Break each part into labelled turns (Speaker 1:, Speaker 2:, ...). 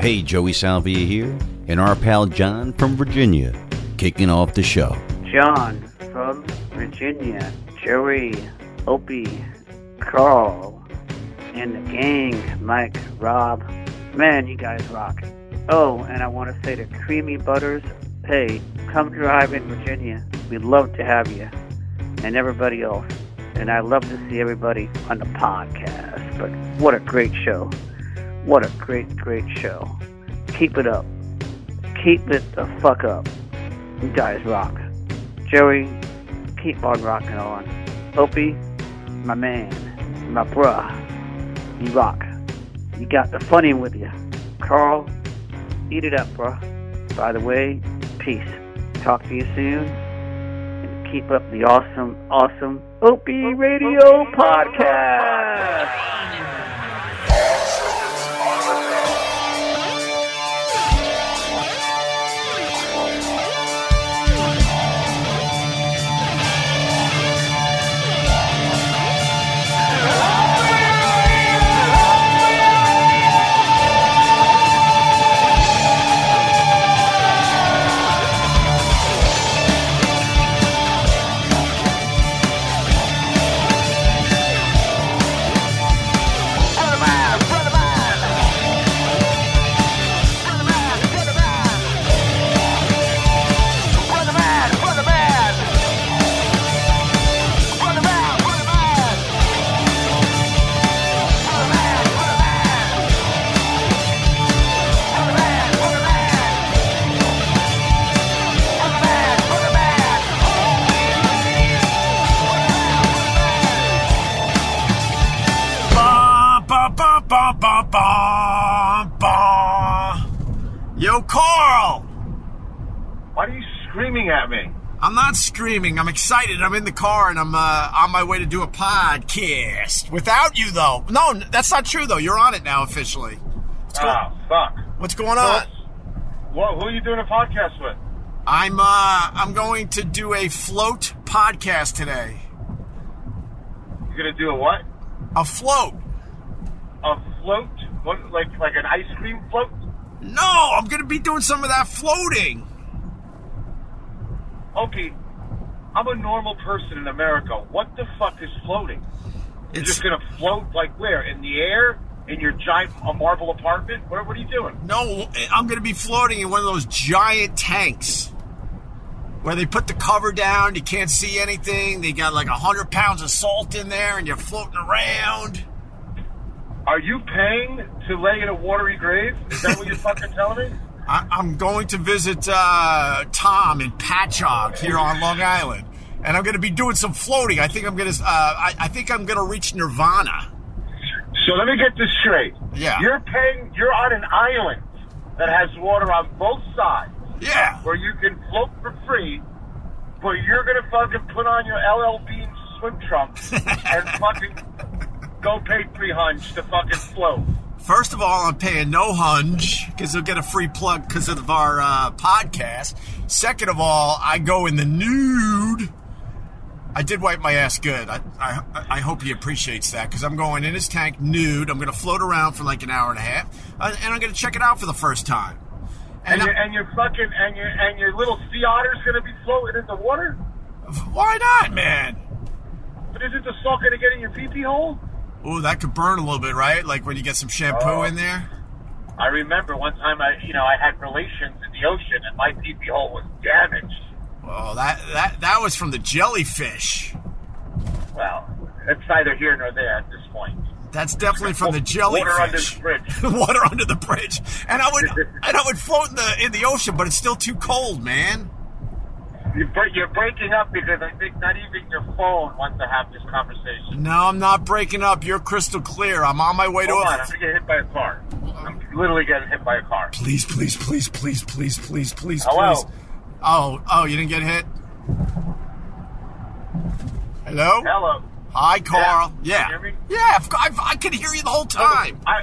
Speaker 1: Hey, Joey Salvia here, and our pal John from Virginia kicking off the show.
Speaker 2: John from Virginia, Joey, Opie, Carl, and the gang, Mike, Rob. Man, you guys rock. Oh, and I want to say to Creamy Butters, hey, come drive in Virginia. We'd love to have you and everybody else. And I love to see everybody on the podcast. But what a great show. What a great, great show. Keep it up. Keep it the fuck up. You guys rock. Joey, keep on rocking on. Opie, my man, my bruh, you rock. You got the funny with you. Carl, eat it up, bruh. By the way, peace. Talk to you soon. And keep up the awesome, awesome Opie Radio Podcast.
Speaker 3: Ba, ba, ba, ba, ba, ba, ba. Yo, Carl!
Speaker 4: Why are you screaming at me?
Speaker 3: I'm not screaming. I'm excited. I'm in the car and I'm uh, on my way to do a podcast. Without you, though. No, n- that's not true, though. You're on it now officially.
Speaker 4: Oh, fuck.
Speaker 3: What's going on?
Speaker 4: Whoa, who are you doing a podcast with?
Speaker 3: I'm uh, I'm going to do a float podcast today.
Speaker 4: You're gonna do a what?
Speaker 3: A float.
Speaker 4: A float? What, like like an ice cream float?
Speaker 3: No, I'm going to be doing some of that floating.
Speaker 4: Okay, I'm a normal person in America. What the fuck is floating? You're
Speaker 3: It's
Speaker 4: just gonna float like where? In the air? In your giant a marble apartment? Where? What are you doing?
Speaker 3: No, I'm going to be floating in one of those giant tanks where they put the cover down. You can't see anything. They got like 100 pounds of salt in there and you're floating around.
Speaker 4: Are you paying to lay in a watery grave? Is that what you're fucking telling me?
Speaker 3: I- I'm going to visit uh, Tom in Patchogue here on Long Island. And I'm going to be doing some floating. I think I'm going to. Uh, I, I think I'm going to reach Nirvana.
Speaker 4: So let me get this straight.
Speaker 3: Yeah.
Speaker 4: You're paying. You're on an island that has water on both sides.
Speaker 3: Yeah.
Speaker 4: where you can float for free, but you're gonna fucking put on your LL Bean swim trunks and fucking go pay three hunch to fucking float.
Speaker 3: First of all, I'm paying no hunge because they'll get a free plug because of our uh, podcast. Second of all, I go in the nude. I did wipe my ass good. I, I, I hope he appreciates that because I'm going in his tank nude. I'm going to float around for like an hour and a half, uh, and I'm going to check it out for the first time.
Speaker 4: And
Speaker 3: I-
Speaker 4: your and your fucking and your and your little sea otter's gonna be floating in the water.
Speaker 3: why not, man?
Speaker 4: But isn't the salt gonna get in your pee pee hole?
Speaker 3: Ooh, that could burn a little bit, right? Like when you get some shampoo in there.
Speaker 4: I remember one time I you know I had relations in the ocean and my pee pee hole was damaged.
Speaker 3: Oh, that that that was from the jellyfish.
Speaker 4: Well, it's neither here nor there at this point.
Speaker 3: That's definitely from the jellyfish.
Speaker 4: Water under the bridge.
Speaker 3: water under the bridge, and I would and I would float in the in the ocean, but it's still too cold, man.
Speaker 4: You bre- You're breaking up because I think not even your phone wants to have this conversation.
Speaker 3: No, I'm not breaking up. You're crystal clear. I'm on my way to.
Speaker 4: Hold
Speaker 3: a-
Speaker 4: on, I'm gonna get hit by a car. I'm literally getting hit by a car.
Speaker 3: Please, please, please, please, please, please, please,
Speaker 4: Hello?
Speaker 3: please. Oh, oh, you didn't get hit. Hello.
Speaker 4: Hello.
Speaker 3: Hi, Carl.
Speaker 4: Yeah.
Speaker 3: Yeah.
Speaker 4: Can you hear me?
Speaker 3: Yeah, I've, I've, I could hear you the whole time.
Speaker 4: I,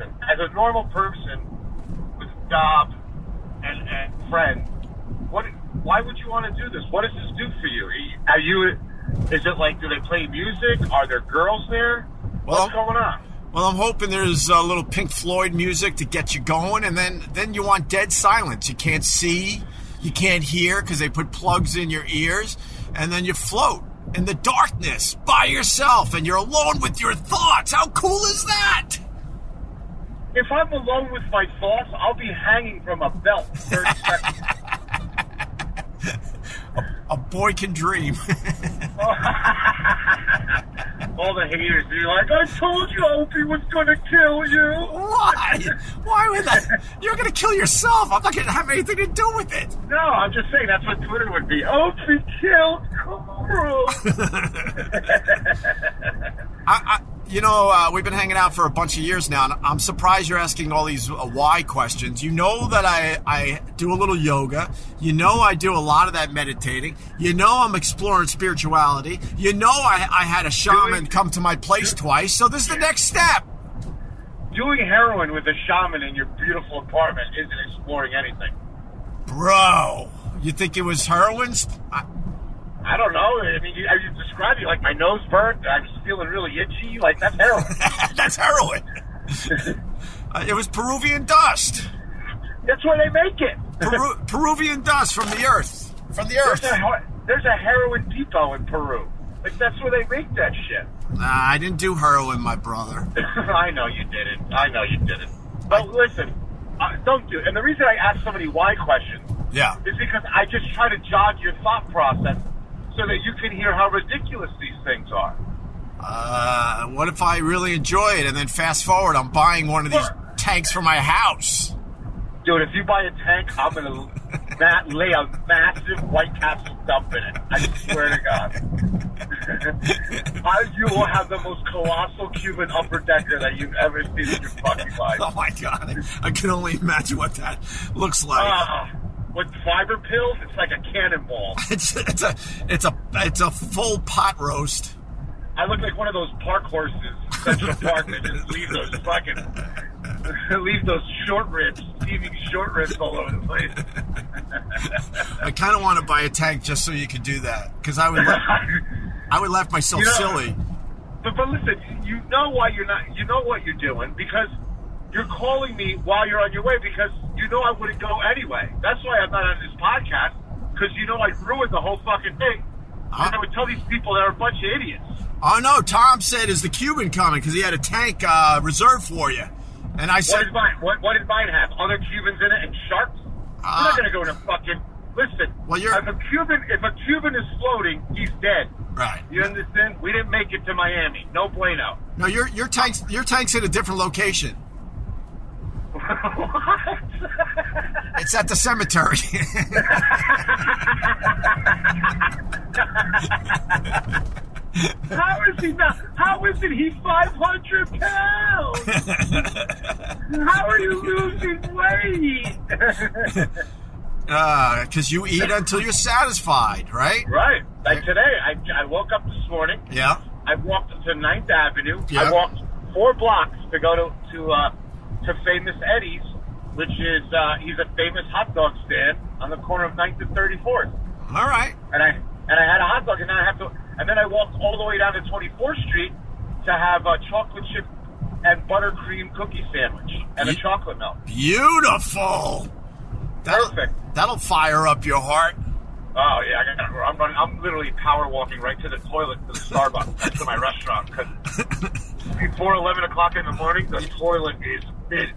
Speaker 4: as a normal person with a job and, and friend, what? Why would you want to do this? What does this do for you? Are you? Is it like do they play music? Are there girls there?
Speaker 3: Well-
Speaker 4: What's going on?
Speaker 3: Well, I'm hoping there's a little Pink Floyd music to get you going, and then then you want dead silence. You can't see, you can't hear because they put plugs in your ears, and then you float in the darkness by yourself, and you're alone with your thoughts. How cool is that?
Speaker 4: If I'm alone with my thoughts, I'll be hanging from a belt. 30 seconds.
Speaker 3: A boy can dream.
Speaker 4: All the haters, they're like, I told you Opie was going to kill you.
Speaker 3: Why? Why would that? You're gonna kill yourself. I'm not gonna have anything to do with it.
Speaker 4: No, I'm just saying that's what Twitter would be. Opie killed Kuru.
Speaker 3: I, I you know, uh, we've been hanging out for a bunch of years now, and I'm surprised you're asking all these uh, why questions. You know that I, I do a little yoga. You know I do a lot of that meditating. You know I'm exploring spirituality. You know I, I had a shaman
Speaker 4: Doing-
Speaker 3: come to my place twice. So this is the next step.
Speaker 4: Doing heroin with a shaman in your beautiful apartment isn't exploring anything.
Speaker 3: Bro, you think it was heroin? I,
Speaker 4: I don't know. I mean, you, you described it like my nose burnt. I was feeling really itchy. Like, that's heroin.
Speaker 3: that's heroin. Uh, it was Peruvian dust.
Speaker 4: that's why they make it.
Speaker 3: Peru- Peruvian dust from the earth. From the
Speaker 4: There's
Speaker 3: earth.
Speaker 4: a, her- there's a heroin depot in Peru. Like, that's where they make that shit.
Speaker 3: Nah, I didn't do heroin, my brother.
Speaker 4: I know you didn't. I know you didn't. But listen, uh, don't do it. And the reason I ask so many why questions
Speaker 3: Yeah.
Speaker 4: is because I just try to jog your thought process so that you can hear how ridiculous these things are.
Speaker 3: Uh, what if I really enjoy it and then fast forward, I'm buying one of these tanks for my house?
Speaker 4: Dude, if you buy a tank, I'm going to not lay a massive White Castle dump in it. I swear to God. I, you will have the most colossal Cuban upper decker that you've ever seen in your fucking life.
Speaker 3: Oh my god, I can only imagine what that looks like.
Speaker 4: Ah, with fiber pills, it's like a cannonball.
Speaker 3: It's, it's a it's a it's a full pot roast.
Speaker 4: I look like one of those park horses, Central Park, that just leave those fucking, leave those short ribs, steaming short ribs all over the place.
Speaker 3: I kind of want to buy a tank just so you could do that because I would la- I would laugh myself
Speaker 4: You know-
Speaker 3: silly.
Speaker 4: but, but listen, you know why you're not, you know what you're doing because you're calling me while you're on your way because you know I wouldn't go anyway. That's why I'm not on this podcast because you know I ruined the whole fucking thing.
Speaker 3: Huh?
Speaker 4: And I would tell these people they're a bunch of idiots.
Speaker 3: Oh no, Tom said is the Cuban coming because he had a tank uh, reserved for you, and I
Speaker 4: What
Speaker 3: said
Speaker 4: did mine? What, what did mine have? Other Cubans in it and sharks? I'm
Speaker 3: Ah.
Speaker 4: not gonna go to fucking. Listen.
Speaker 3: Well, you're-
Speaker 4: If a Cuban, if a Cuban is floating, he's dead.
Speaker 3: right.
Speaker 4: You understand? We didn't make it to Miami. No bueno.
Speaker 3: No, your your tanks your tanks at a different location.
Speaker 4: what?
Speaker 3: It's at the cemetery.
Speaker 4: How is he not? How is it he 500 pounds? How are you losing weight?
Speaker 3: Because Ah, you eat until you're satisfied, right?
Speaker 4: right. Like today, I, I woke up this morning.
Speaker 3: Yeah.
Speaker 4: I walked to 9th Avenue.
Speaker 3: Yeah.
Speaker 4: I walked four blocks to go to to uh, to Famous Eddie's, which is uh, he's a famous hot dog stand on the corner of 9th and 34th.
Speaker 3: All right.
Speaker 4: And I and I had a hot dog, and then I have to, and then I walked all the way down to 24th Street to have a chocolate chip and buttercream cookie sandwich and a
Speaker 3: Ye-
Speaker 4: chocolate milk.
Speaker 3: Beautiful. That'll,
Speaker 4: Perfect.
Speaker 3: that'll fire up your heart.
Speaker 4: Oh yeah, I got, I'm running. I'm literally power walking right to the toilet to the Starbucks next to my restaurant because before 11 o'clock in the morning, the toilet is mint.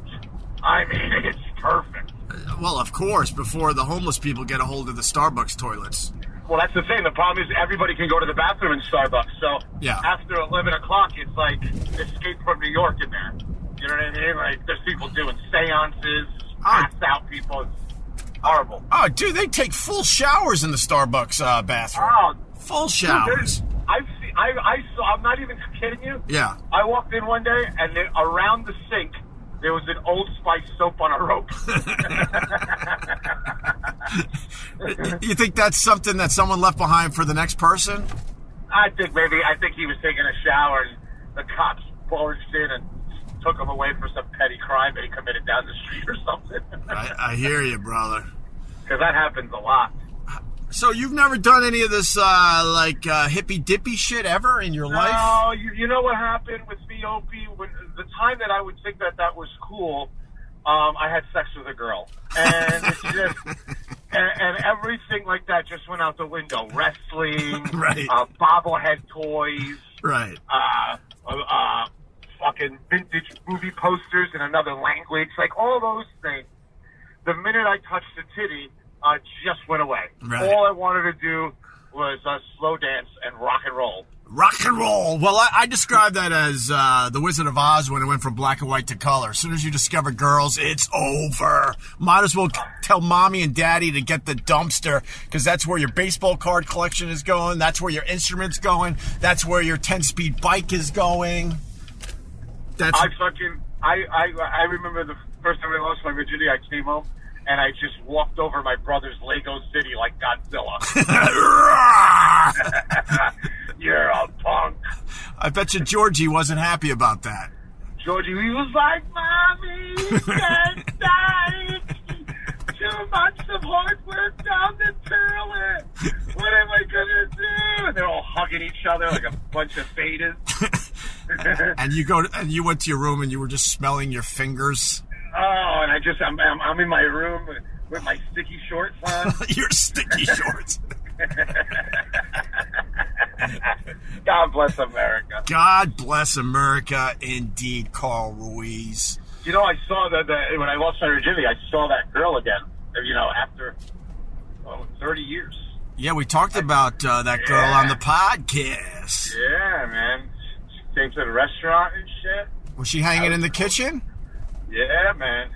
Speaker 4: I mean, it's perfect.
Speaker 3: Well, of course, before the homeless people get a hold of the Starbucks toilets.
Speaker 4: Well, that's the thing. The problem is everybody can go to the bathroom in Starbucks. So
Speaker 3: Yeah.
Speaker 4: after 11 o'clock, it's like escape from New York in there. You know what I mean? Like there's people doing seances,
Speaker 3: Ah.
Speaker 4: passed out people. It's horrible.
Speaker 3: Oh, dude, they take full showers in the Starbucks uh, bathroom.
Speaker 4: Oh,
Speaker 3: Full
Speaker 4: There's-
Speaker 3: showers.
Speaker 4: I've seen, I, I saw, I'm not even kidding you.
Speaker 3: Yeah.
Speaker 4: I walked in one day and then around the sink, there was an Old Spice soap on a rope.
Speaker 3: You think that's something that someone left behind for the next person?
Speaker 4: I think maybe, I think he was taking a shower and the cops barged in and took him away for some petty crime that he committed down the street or something.
Speaker 3: I, I hear you, brother.
Speaker 4: Because that happens a lot.
Speaker 3: So you've never done any of this uh, like uh, hippy dippy shit ever in your life?
Speaker 4: No, you, you know what happened with me Opie Opie. When the time that I would think that that was cool, um, I had sex with a girl, and it's just and, and everything like that just went out the window. Wrestling,
Speaker 3: Right.
Speaker 4: uh, bobblehead toys,
Speaker 3: Right.
Speaker 4: uh, uh, uh, fucking vintage movie posters in another language, like all those things. The minute I touched the titty, uh, just went away.
Speaker 3: Right.
Speaker 4: All I wanted to do was uh, slow dance and rock and roll.
Speaker 3: Rock and roll. Well, I, I describe that as uh, the Wizard of Oz when it went from black and white to color. As soon as you discover girls, it's over. Might as well tell mommy and daddy to get the dumpster because that's where your baseball card collection is going. That's where your instruments going. That's where your ten speed bike is going. That's
Speaker 4: I fucking I, I I remember the first time I lost my virginity, I came home and I just walked over my brother's Lego City like Godzilla. You're a punk,
Speaker 3: I bet you Georgie wasn't happy about that.
Speaker 4: Georgie. He was like, "Mommy, that's nice. Two months of hard work down the toilet. What am I gonna do?" And they're all hugging each other like a bunch of betas.
Speaker 3: And you go and you went to your room and you were just smelling your fingers.
Speaker 4: Oh, and I just I'm I'm, I'm in my room with, with my sticky shorts on.
Speaker 3: your sticky shorts.
Speaker 4: God bless America.
Speaker 3: God bless America, indeed, Carl Ruiz.
Speaker 4: You know, I saw that the, when I lost my virginity, I saw that girl again. You know, after oh, 30 years.
Speaker 3: Yeah, we talked about uh, that girl on the podcast.
Speaker 4: Yeah, man. She came to the restaurant and shit.
Speaker 3: Was she hanging in the kitchen?
Speaker 4: Yeah, man.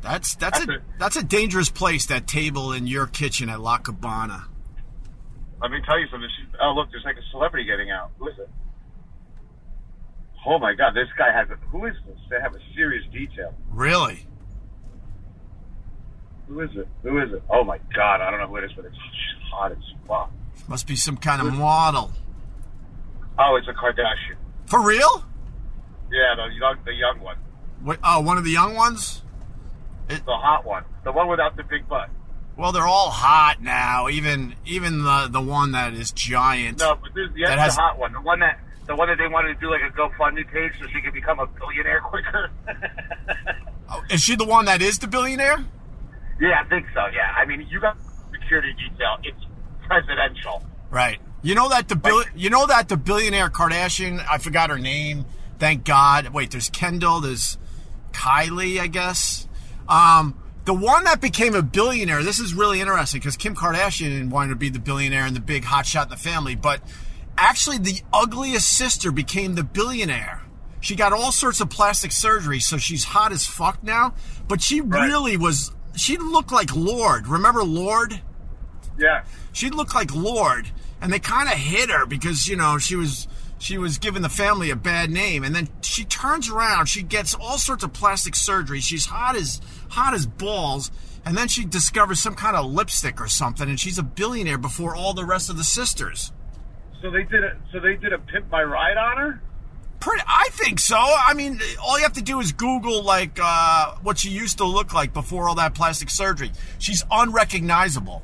Speaker 3: That's that's a
Speaker 4: That's it.
Speaker 3: that's a dangerous place. That table in your kitchen at La Cabana.
Speaker 4: Let me tell you something. She, oh, look, there's like a celebrity getting out. Who is it? Oh my God, this guy has. A, who is this? They have a serious detail.
Speaker 3: Really?
Speaker 4: Who is it? Who is it? Oh my God, I don't know who it is, but it's hot as fuck.
Speaker 3: Must be some kind of model.
Speaker 4: Oh, it's a Kardashian.
Speaker 3: For real?
Speaker 4: Yeah, the young, the young one,
Speaker 3: Wait, oh, one of the young ones.
Speaker 4: the hot one, the one without the big butt.
Speaker 3: Well, they're all hot now. Even even the the one that is giant.
Speaker 4: No, but this, yeah,
Speaker 3: That
Speaker 4: the
Speaker 3: has-
Speaker 4: hot one, the one that, the one that they wanted to do like a GoFundMe page so she could become a billionaire quicker.
Speaker 3: Oh, is she the one that is the billionaire?
Speaker 4: yeah, I think so. Yeah, I mean, you got security detail. It's presidential.
Speaker 3: Right. You know that the bill. You know that the billionaire Kardashian. I forgot her name. Thank God. Wait, there's Kendall. There's Kylie. I guess. Um, the one that became a billionaire. This is really interesting because Kim Kardashian wanted to be the billionaire and the big hotshot in the family, but actually the ugliest sister became the billionaire. She got all sorts of plastic surgery, so she's hot as fuck now. But she really was. She looked like Lord. Remember Lord?
Speaker 4: Yeah,
Speaker 3: she looked like Lord, and they kind of hit her because you know she was she was giving the family a bad name, and then she turns around, she gets all sorts of plastic surgery, she's hot as hot as balls, and then she discovers some kind of lipstick or something, and she's a billionaire before all the rest of the sisters.
Speaker 4: so they did a, so they did a pimp my ride on her.
Speaker 3: Pretty, I think so. I mean, all you have to do is Google like uh, what she used to look like before all that plastic surgery. She's unrecognizable.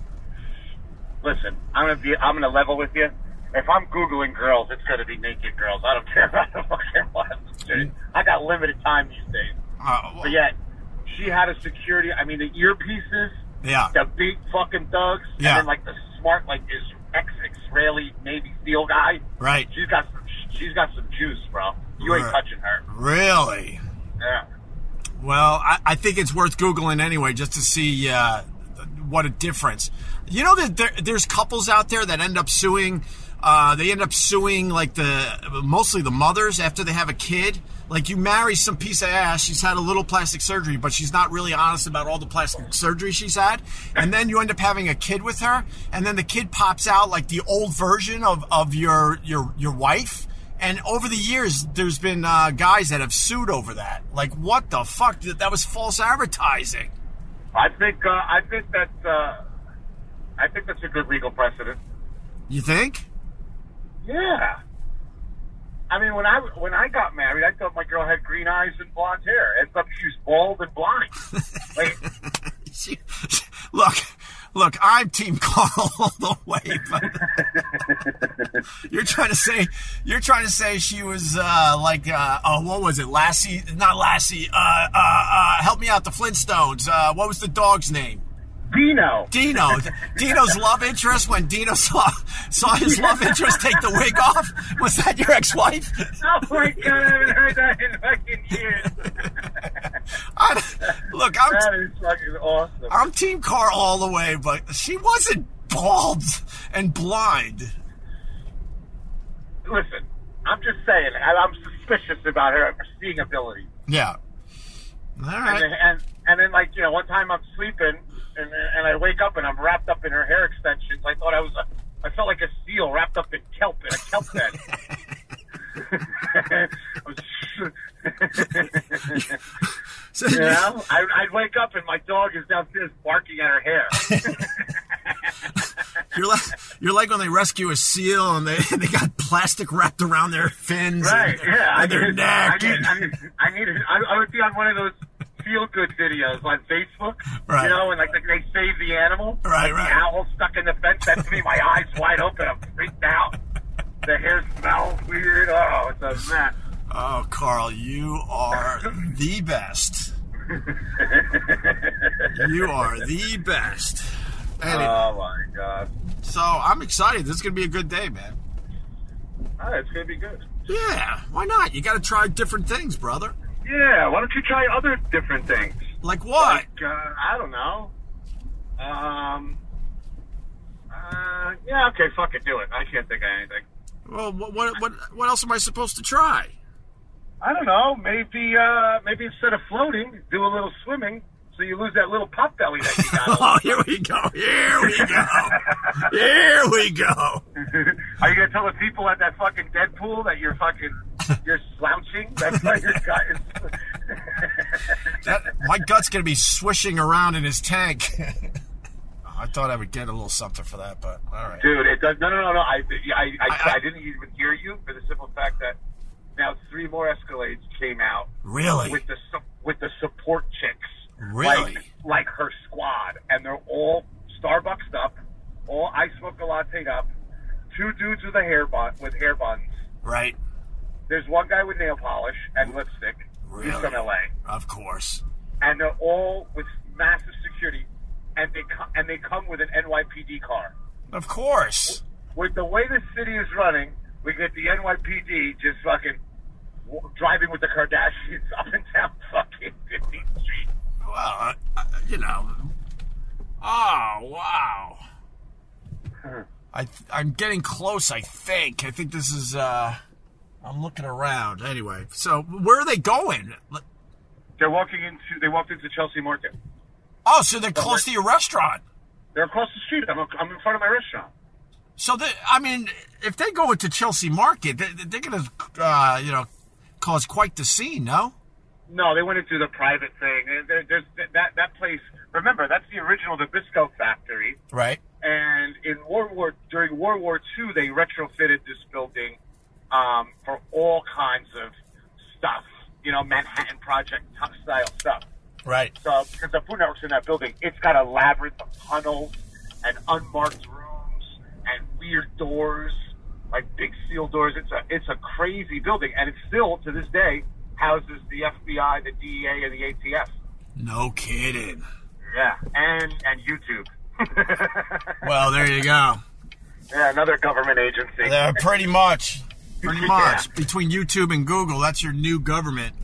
Speaker 4: Listen, I'm gonna be, I'm gonna level with you. If I'm googling girls, it's gonna be naked girls. I don't care about the fucking ones.
Speaker 3: Mm-hmm.
Speaker 4: I got limited time these days.
Speaker 3: Uh,
Speaker 4: But yet, she had a security. I mean, the earpieces,
Speaker 3: yeah.
Speaker 4: the big fucking thugs,
Speaker 3: Yeah.
Speaker 4: and then like the smart like is ex Israeli Navy SEAL guy.
Speaker 3: Right.
Speaker 4: She's got some. She's got some juice, bro. You ain't
Speaker 3: Right.
Speaker 4: touching her.
Speaker 3: Really.
Speaker 4: Yeah.
Speaker 3: Well, I, I think it's worth googling anyway, just to see uh, what a difference. You know that there, there's couples out there that end up suing. Uh, they end up suing like the mostly the mothers after they have a kid. Like you marry some piece of ass, she's had a little plastic surgery, but she's not really honest about all the plastic surgery she's had, and then you end up having a kid with her, and then the kid pops out like the old version of, of your your your wife, and over the years, there's been uh, guys that have sued over that. Like, what the fuck? That that was false advertising.
Speaker 4: I think. Uh, I think that's. Uh, I think that's a good legal precedent.
Speaker 3: You think?
Speaker 4: Yeah. I mean, when I when I got married, I thought my girl had green eyes and blonde hair. Ends up she was bald and blind. like,
Speaker 3: look, look, I'm Team Carl all the way. But You're trying to say you're trying to say she was uh, like uh, oh what was it Lassie not Lassie uh, uh, uh, help me out the Flintstones uh, what was the dog's name
Speaker 4: Dino.
Speaker 3: Dino Dino's love interest when Dino saw saw his love interest take the wig off was that your ex-wife
Speaker 4: Oh my god, I haven't heard that in fucking years.
Speaker 3: I, look I'm
Speaker 4: That is fucking awesome.
Speaker 3: I'm Team Car all the way but she wasn't bald and blind
Speaker 4: Listen, I'm just saying, I, I'm suspicious about her seeing ability.
Speaker 3: yeah all
Speaker 4: And,
Speaker 3: right
Speaker 4: then- and and then like you know, one time I'm sleeping and and I wake up and I'm wrapped up in her hair extensions. I thought I was a, I felt like a seal wrapped up in kelp in a kelp bed.
Speaker 3: So-
Speaker 4: you know, I, I'd wake up and my dog is downstairs barking at her hair.
Speaker 3: You're like you're like when they rescue a seal and they they got plastic wrapped around their fins,
Speaker 4: Right?
Speaker 3: And,
Speaker 4: Yeah, I
Speaker 3: and their
Speaker 4: needed, I
Speaker 3: neck.
Speaker 4: needed, I needed, I, needed I, I would be on one of those feel good videos on Facebook.
Speaker 3: Right.
Speaker 4: You know, and like they, they save the animal.
Speaker 3: Right,
Speaker 4: like
Speaker 3: right.
Speaker 4: The owl stuck in the fence. That's me. My eyes wide open. I'm freaked out. The hair smells weird. Oh, it's a mess.
Speaker 3: oh, Carl, you are the best. you are the best. Anyway,
Speaker 4: Oh my god.
Speaker 3: so I'm excited. This is gonna be a good day, man.
Speaker 4: Oh, it's gonna be good.
Speaker 3: Yeah, why not? You got to try different things, brother.
Speaker 4: Yeah. Why don't you try other different things?
Speaker 3: Like what?
Speaker 4: Like, uh, I don't know. Um. Uh, yeah. Okay. Fuck it. Do it. I can't think of anything.
Speaker 3: Well, what what what, what else am I supposed to try?
Speaker 4: I don't know. Maybe uh, maybe instead of floating, do a little swimming, so you lose that little pot belly that you got.
Speaker 3: Oh, here we go. Here we go. here we go.
Speaker 4: Are you gonna tell the people at that fucking Deadpool that you're fucking you're slouching? That's why your gut is.
Speaker 3: That, my gut's gonna be swishing around in his tank. I thought I would get a little something for that, but all right.
Speaker 4: Dude, it does. No, no, no, no. I, I, I,
Speaker 3: I-
Speaker 4: I, didn't even hear you for the simple fact that now three more Escalades came out
Speaker 3: Really?
Speaker 4: with the su- with the support chicks.
Speaker 3: Really?
Speaker 4: Like, like her squad, and they're all Starbucks up, all I smoke a latte up, two dudes with a hair bun with hair buns.
Speaker 3: Right?
Speaker 4: There's one guy with nail polish and lipstick. He's
Speaker 3: Really?
Speaker 4: from LA,
Speaker 3: Of course.
Speaker 4: and they're all with massive security, and they co- and they come with an NYPD car.
Speaker 3: Of course.
Speaker 4: With the way the city is running, we get the NYPD just fucking w- driving with the Kardashians up and down fucking 15th Street.
Speaker 3: Well, uh, uh, you know. Oh wow. I th- I'm getting close. I think. I think this is. uh I'm looking around. Anyway, so where are they going?
Speaker 4: They're walking into they walked into Chelsea Market.
Speaker 3: Oh, so they're close to your restaurant.
Speaker 4: They're across the street. I'm, I'm in front of my restaurant.
Speaker 3: So the, I mean, if they go into Chelsea Market, they, they're going to, uh, you know, cause quite the scene, no?
Speaker 4: No, they went into the private thing. There- there- there's that that place. Remember, that's the original Nabisco factory.
Speaker 3: Right.
Speaker 4: And in World War during World War II, they retrofitted this building um, for all kinds of stuff. You know, Manhattan Project type style stuff.
Speaker 3: Right.
Speaker 4: So because the Food Network's in that building, it's got a labyrinth of tunnels and unmarked rooms and weird doors, like big steel doors. It's a it's a crazy building, and it still to this day houses the FBI, the DEA, and the ATF.
Speaker 3: No kidding.
Speaker 4: Yeah, and and YouTube.
Speaker 3: Well, there you go.
Speaker 4: yeah, another government agency.
Speaker 3: Yeah, Uh, pretty much. Pretty much. Between YouTube and Google, that's your new government.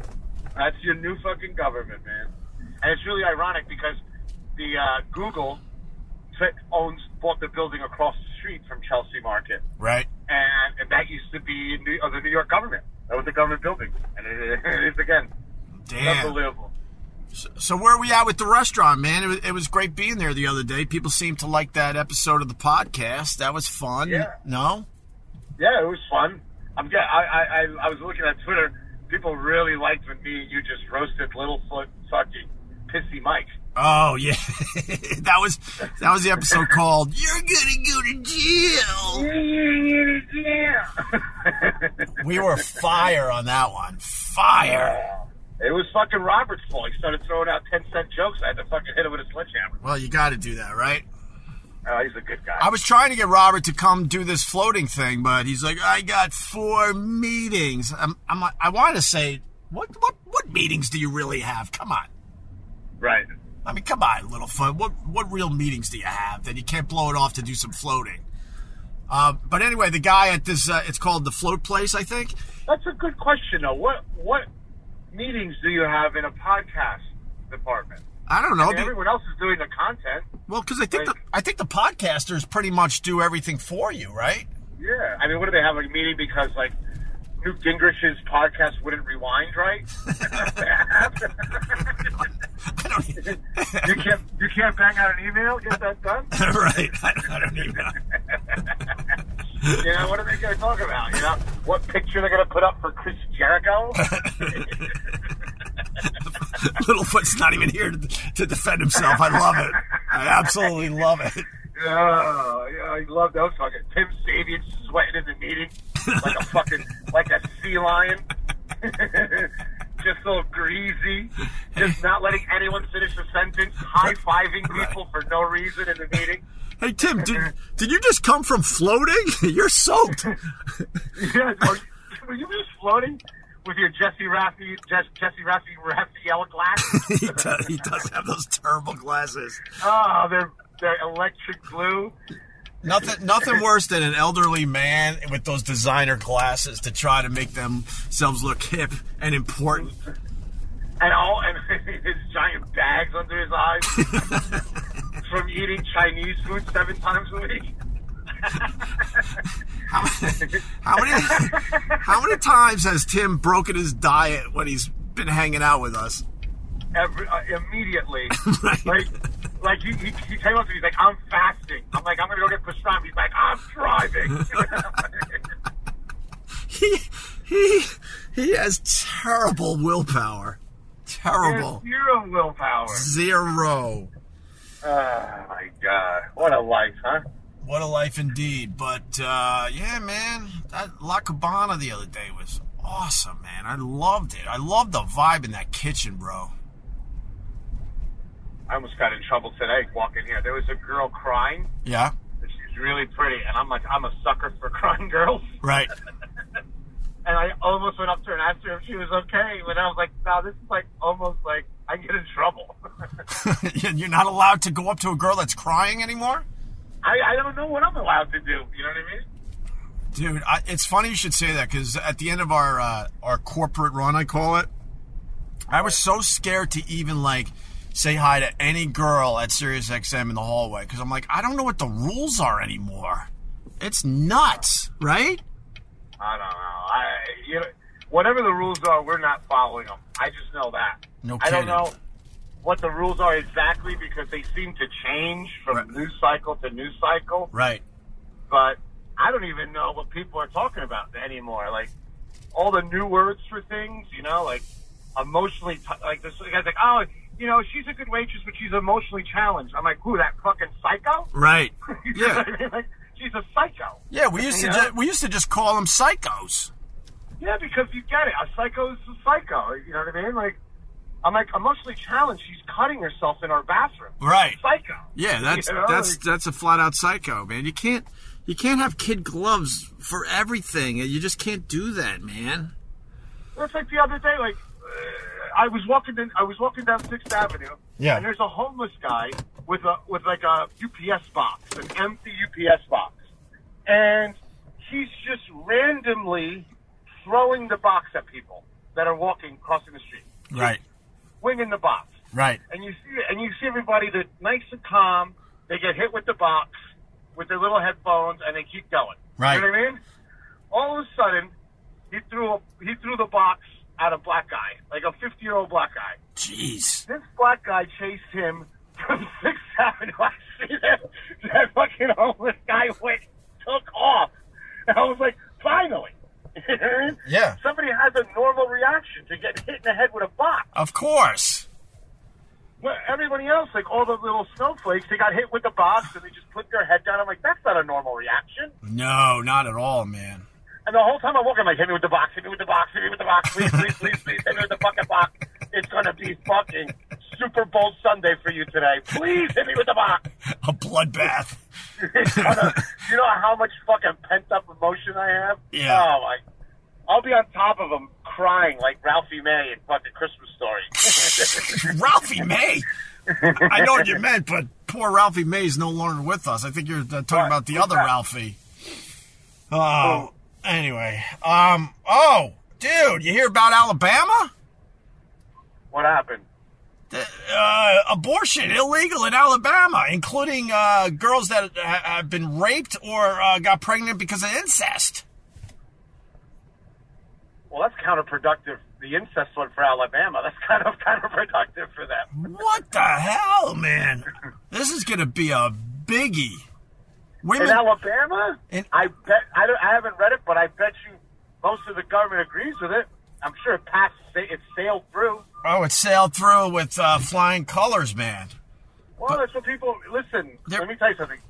Speaker 4: That's your new fucking government, man. And it's really ironic because the uh, Google t- owns bought the building across the street from Chelsea Market.
Speaker 3: Right.
Speaker 4: and, and that used to be New, uh, the New York government. That was the government building, and it, it is again
Speaker 3: Damn.
Speaker 4: unbelievable.
Speaker 3: So where are we at with the restaurant, man? It was, it was great being there the other day. People seemed to like that episode of the podcast. That was fun.
Speaker 4: Yeah.
Speaker 3: No?
Speaker 4: Yeah, it was fun. I'm yeah, I, I I- I was looking at Twitter. People really liked when me and you just roasted Littlefoot, Sucky, Pissy Mike.
Speaker 3: Oh yeah, that was that was the episode called "You're Gonna Go to Jail."
Speaker 4: it
Speaker 3: We were fire on that one. Fire.
Speaker 4: was fucking Robert's fault. He started throwing out ten cent jokes. I had to fucking hit him with a sledgehammer.
Speaker 3: Well, you got to do that, right?
Speaker 4: Uh, he's a good guy.
Speaker 3: I was trying to get Robert to come do this floating thing, but he's like, I got four meetings. I'm, I'm like- I want to say, what, what, what meetings do you really have? Come on.
Speaker 4: right.
Speaker 3: I mean, come on, little fun. What, what real meetings do you have that you can't blow it off to do some floating? Uh, but anyway, the guy at this, uh, it's called the float place, I think.
Speaker 4: That's a good question, though. What what meetings do you have in a podcast department?
Speaker 3: I don't know.
Speaker 4: I mean, everyone else is doing the content.
Speaker 3: well, because I think the,
Speaker 4: Right.
Speaker 3: I think the podcasters pretty much do everything for you, right?
Speaker 4: Yeah. I mean, what do they have a meeting because like Newt Gingrich's podcast wouldn't rewind, right?
Speaker 3: I don't e- even,
Speaker 4: you can't you can't bang out an email, get that done.
Speaker 3: right. I, I don't even know.
Speaker 4: You know, what are they going to talk about? You know, what picture they're going to put up for Chris Jericho?
Speaker 3: Littlefoot's not even here to, to defend himself. I love it. I absolutely love it.
Speaker 4: Oh, yeah, I love those fucking Tim Savian sweating in the meeting like a fucking like a sea lion, just so greasy, just not letting anyone finish a sentence, high fiving people for no reason in the meeting.
Speaker 3: Hey Tim, did, did you just come from floating? You're soaked.
Speaker 4: Yeah, are you- were you just floating with your Jesse Raffi Jess, Jesse Raffi Raffaello glass?
Speaker 3: he, does, he does have those terrible glasses.
Speaker 4: oh, they're they're electric blue.
Speaker 3: Nothing, nothing worse than an elderly man with those designer glasses to try to make themselves look hip and important.
Speaker 4: and all and his giant bags under his eyes from eating Chinese food seven times a week.
Speaker 3: How many, how many times has Tim broken his diet when he's been hanging out with us?
Speaker 4: Every, uh, immediately,
Speaker 3: Right.
Speaker 4: like like he, he, he came up to me, he's like, "I'm fasting." I'm like, "I'm gonna go get pastrami." He's like, "I'm driving."
Speaker 3: He, he, he has terrible willpower. Terrible.
Speaker 4: Zero willpower.
Speaker 3: Zero.
Speaker 4: Oh my god, what a life, huh?
Speaker 3: What a life indeed. But uh, yeah, man, that La Cabana the other day was awesome, man. I loved it. I loved the vibe in that kitchen, bro.
Speaker 4: I almost got in trouble today walking here. There was a girl crying.
Speaker 3: Yeah.
Speaker 4: She's really pretty, and I'm like, I'm a sucker for crying girls.
Speaker 3: Right.
Speaker 4: and I almost went up to her and asked her if she was okay. But I was like, "No, this is like almost like I get in trouble."
Speaker 3: And You're not allowed to go up to a girl that's crying anymore?
Speaker 4: I, I don't know what I'm allowed to do. You know what I mean?
Speaker 3: Dude, I, it's funny you should say that because at the end of our uh, our corporate run, I call it, I was so scared to even like say hi to any girl at SiriusXM in the hallway because I'm like, I don't know what the rules are anymore. It's nuts, right?
Speaker 4: I don't know. I you know, whatever the rules are, we're not following them. I just know that.
Speaker 3: No
Speaker 4: I don't
Speaker 3: kidding.
Speaker 4: know what the rules are exactly because they seem to change from
Speaker 3: Right.
Speaker 4: news cycle to news cycle.
Speaker 3: Right.
Speaker 4: But I don't even know what people are talking about anymore. Like all the new words for things, you know, like emotionally, t- like this guy's like, oh, you know, she's a good waitress, but she's emotionally challenged. I'm like, who? That fucking psycho?
Speaker 3: Right.
Speaker 4: You know
Speaker 3: Yeah.
Speaker 4: what I mean? Like, she's a psycho.
Speaker 3: Yeah, we used to
Speaker 4: Yeah.
Speaker 3: ju- we used to just call them psychos.
Speaker 4: Yeah, because you get it. A psycho is a psycho. You know what I mean? Like, I'm like emotionally challenged. She's cutting herself in our bathroom.
Speaker 3: Right.
Speaker 4: Psycho.
Speaker 3: Yeah, that's
Speaker 4: You know,
Speaker 3: that's
Speaker 4: like-
Speaker 3: that's a flat out psycho, man. You can't you can't have kid gloves for everything. You just can't do that, man.
Speaker 4: It's like the other day, like uh, I was walking in, I was walking down Sixth Avenue,
Speaker 3: Yeah.
Speaker 4: and there's a homeless guy with a with like a UPS box, an empty UPS box, and he's just randomly throwing the box at people that are walking crossing the street,
Speaker 3: Right.
Speaker 4: winging the box,
Speaker 3: Right.
Speaker 4: and you see and you see everybody that nice and calm, they get hit with the box with their little headphones, and they keep going.
Speaker 3: Right.
Speaker 4: You know what I mean? All of a sudden, he threw a, he threw the box at a black guy, like a fifty year old black guy.
Speaker 3: Jeez.
Speaker 4: This black guy chased him from Sixth Avenue. I see that that fucking homeless guy went took off, and I was like, finally. You know what I mean?
Speaker 3: Yeah.
Speaker 4: Somebody has a normal reaction to get hit in the head with a box.
Speaker 3: Of course.
Speaker 4: Well, everybody else, like all the little snowflakes, they got hit with the box and they just put their head down. I'm like, that's not a normal reaction.
Speaker 3: No, not at all, man.
Speaker 4: And the whole time I'm walking, I'm like, hit me with the box, hit me with the box, hit me with the box, please, please, please, please, hit me with the fucking box. It's gonna be fucking Super Bowl Sunday for you today. Please hit me with the box.
Speaker 3: A bloodbath.
Speaker 4: you know how much fucking pent up emotion I have?
Speaker 3: Yeah.
Speaker 4: Oh, my. I'll be on top of him crying like Ralphie May in fucking Christmas Story.
Speaker 3: Ralphie May. I know what you meant, but poor Ralphie May is no longer with us. I think you're uh, talking
Speaker 4: Right,
Speaker 3: about the
Speaker 4: who's
Speaker 3: other
Speaker 4: that?
Speaker 3: Ralphie. Oh, anyway. Um. Oh, dude, you hear about Alabama?
Speaker 4: what happened?
Speaker 3: Uh, abortion illegal in Alabama, including uh, girls that ha- have been raped or uh, got pregnant because of incest.
Speaker 4: Well, that's counterproductive. The incest one for Alabama. That's kind of counterproductive for them.
Speaker 3: What the hell, man? This is gonna be a biggie.
Speaker 4: In
Speaker 3: Women.
Speaker 4: Alabama,
Speaker 3: In-
Speaker 4: I bet I don't. I haven't read it, but I bet you most of the government agrees with it. I'm sure it passed. sa- It sailed through.
Speaker 3: Oh, it sailed through with uh, flying colors, man.
Speaker 4: Well, that's what people listen.
Speaker 3: There-
Speaker 4: Let me tell you something.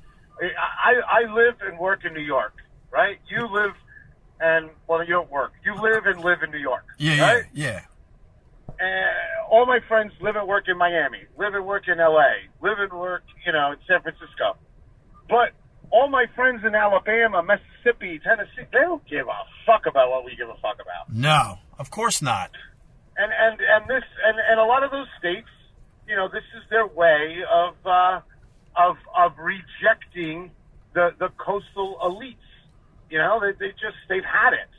Speaker 4: I, I I live and work in New York, right? You live and well, you don't work. You live and live in New York,
Speaker 3: Yeah,
Speaker 4: right?
Speaker 3: yeah, yeah.
Speaker 4: And Uh, all my friends live and work in Miami, live and work in L.A., live and work, you know, in San Francisco. But all my friends in Alabama, Mississippi, Tennessee, they don't give a fuck about what we give a fuck about.
Speaker 3: No, of course not.
Speaker 4: and and and this and, and a lot of those states, you know, this is their way of uh, of of rejecting the the coastal elites. You know, they, they just they've had it.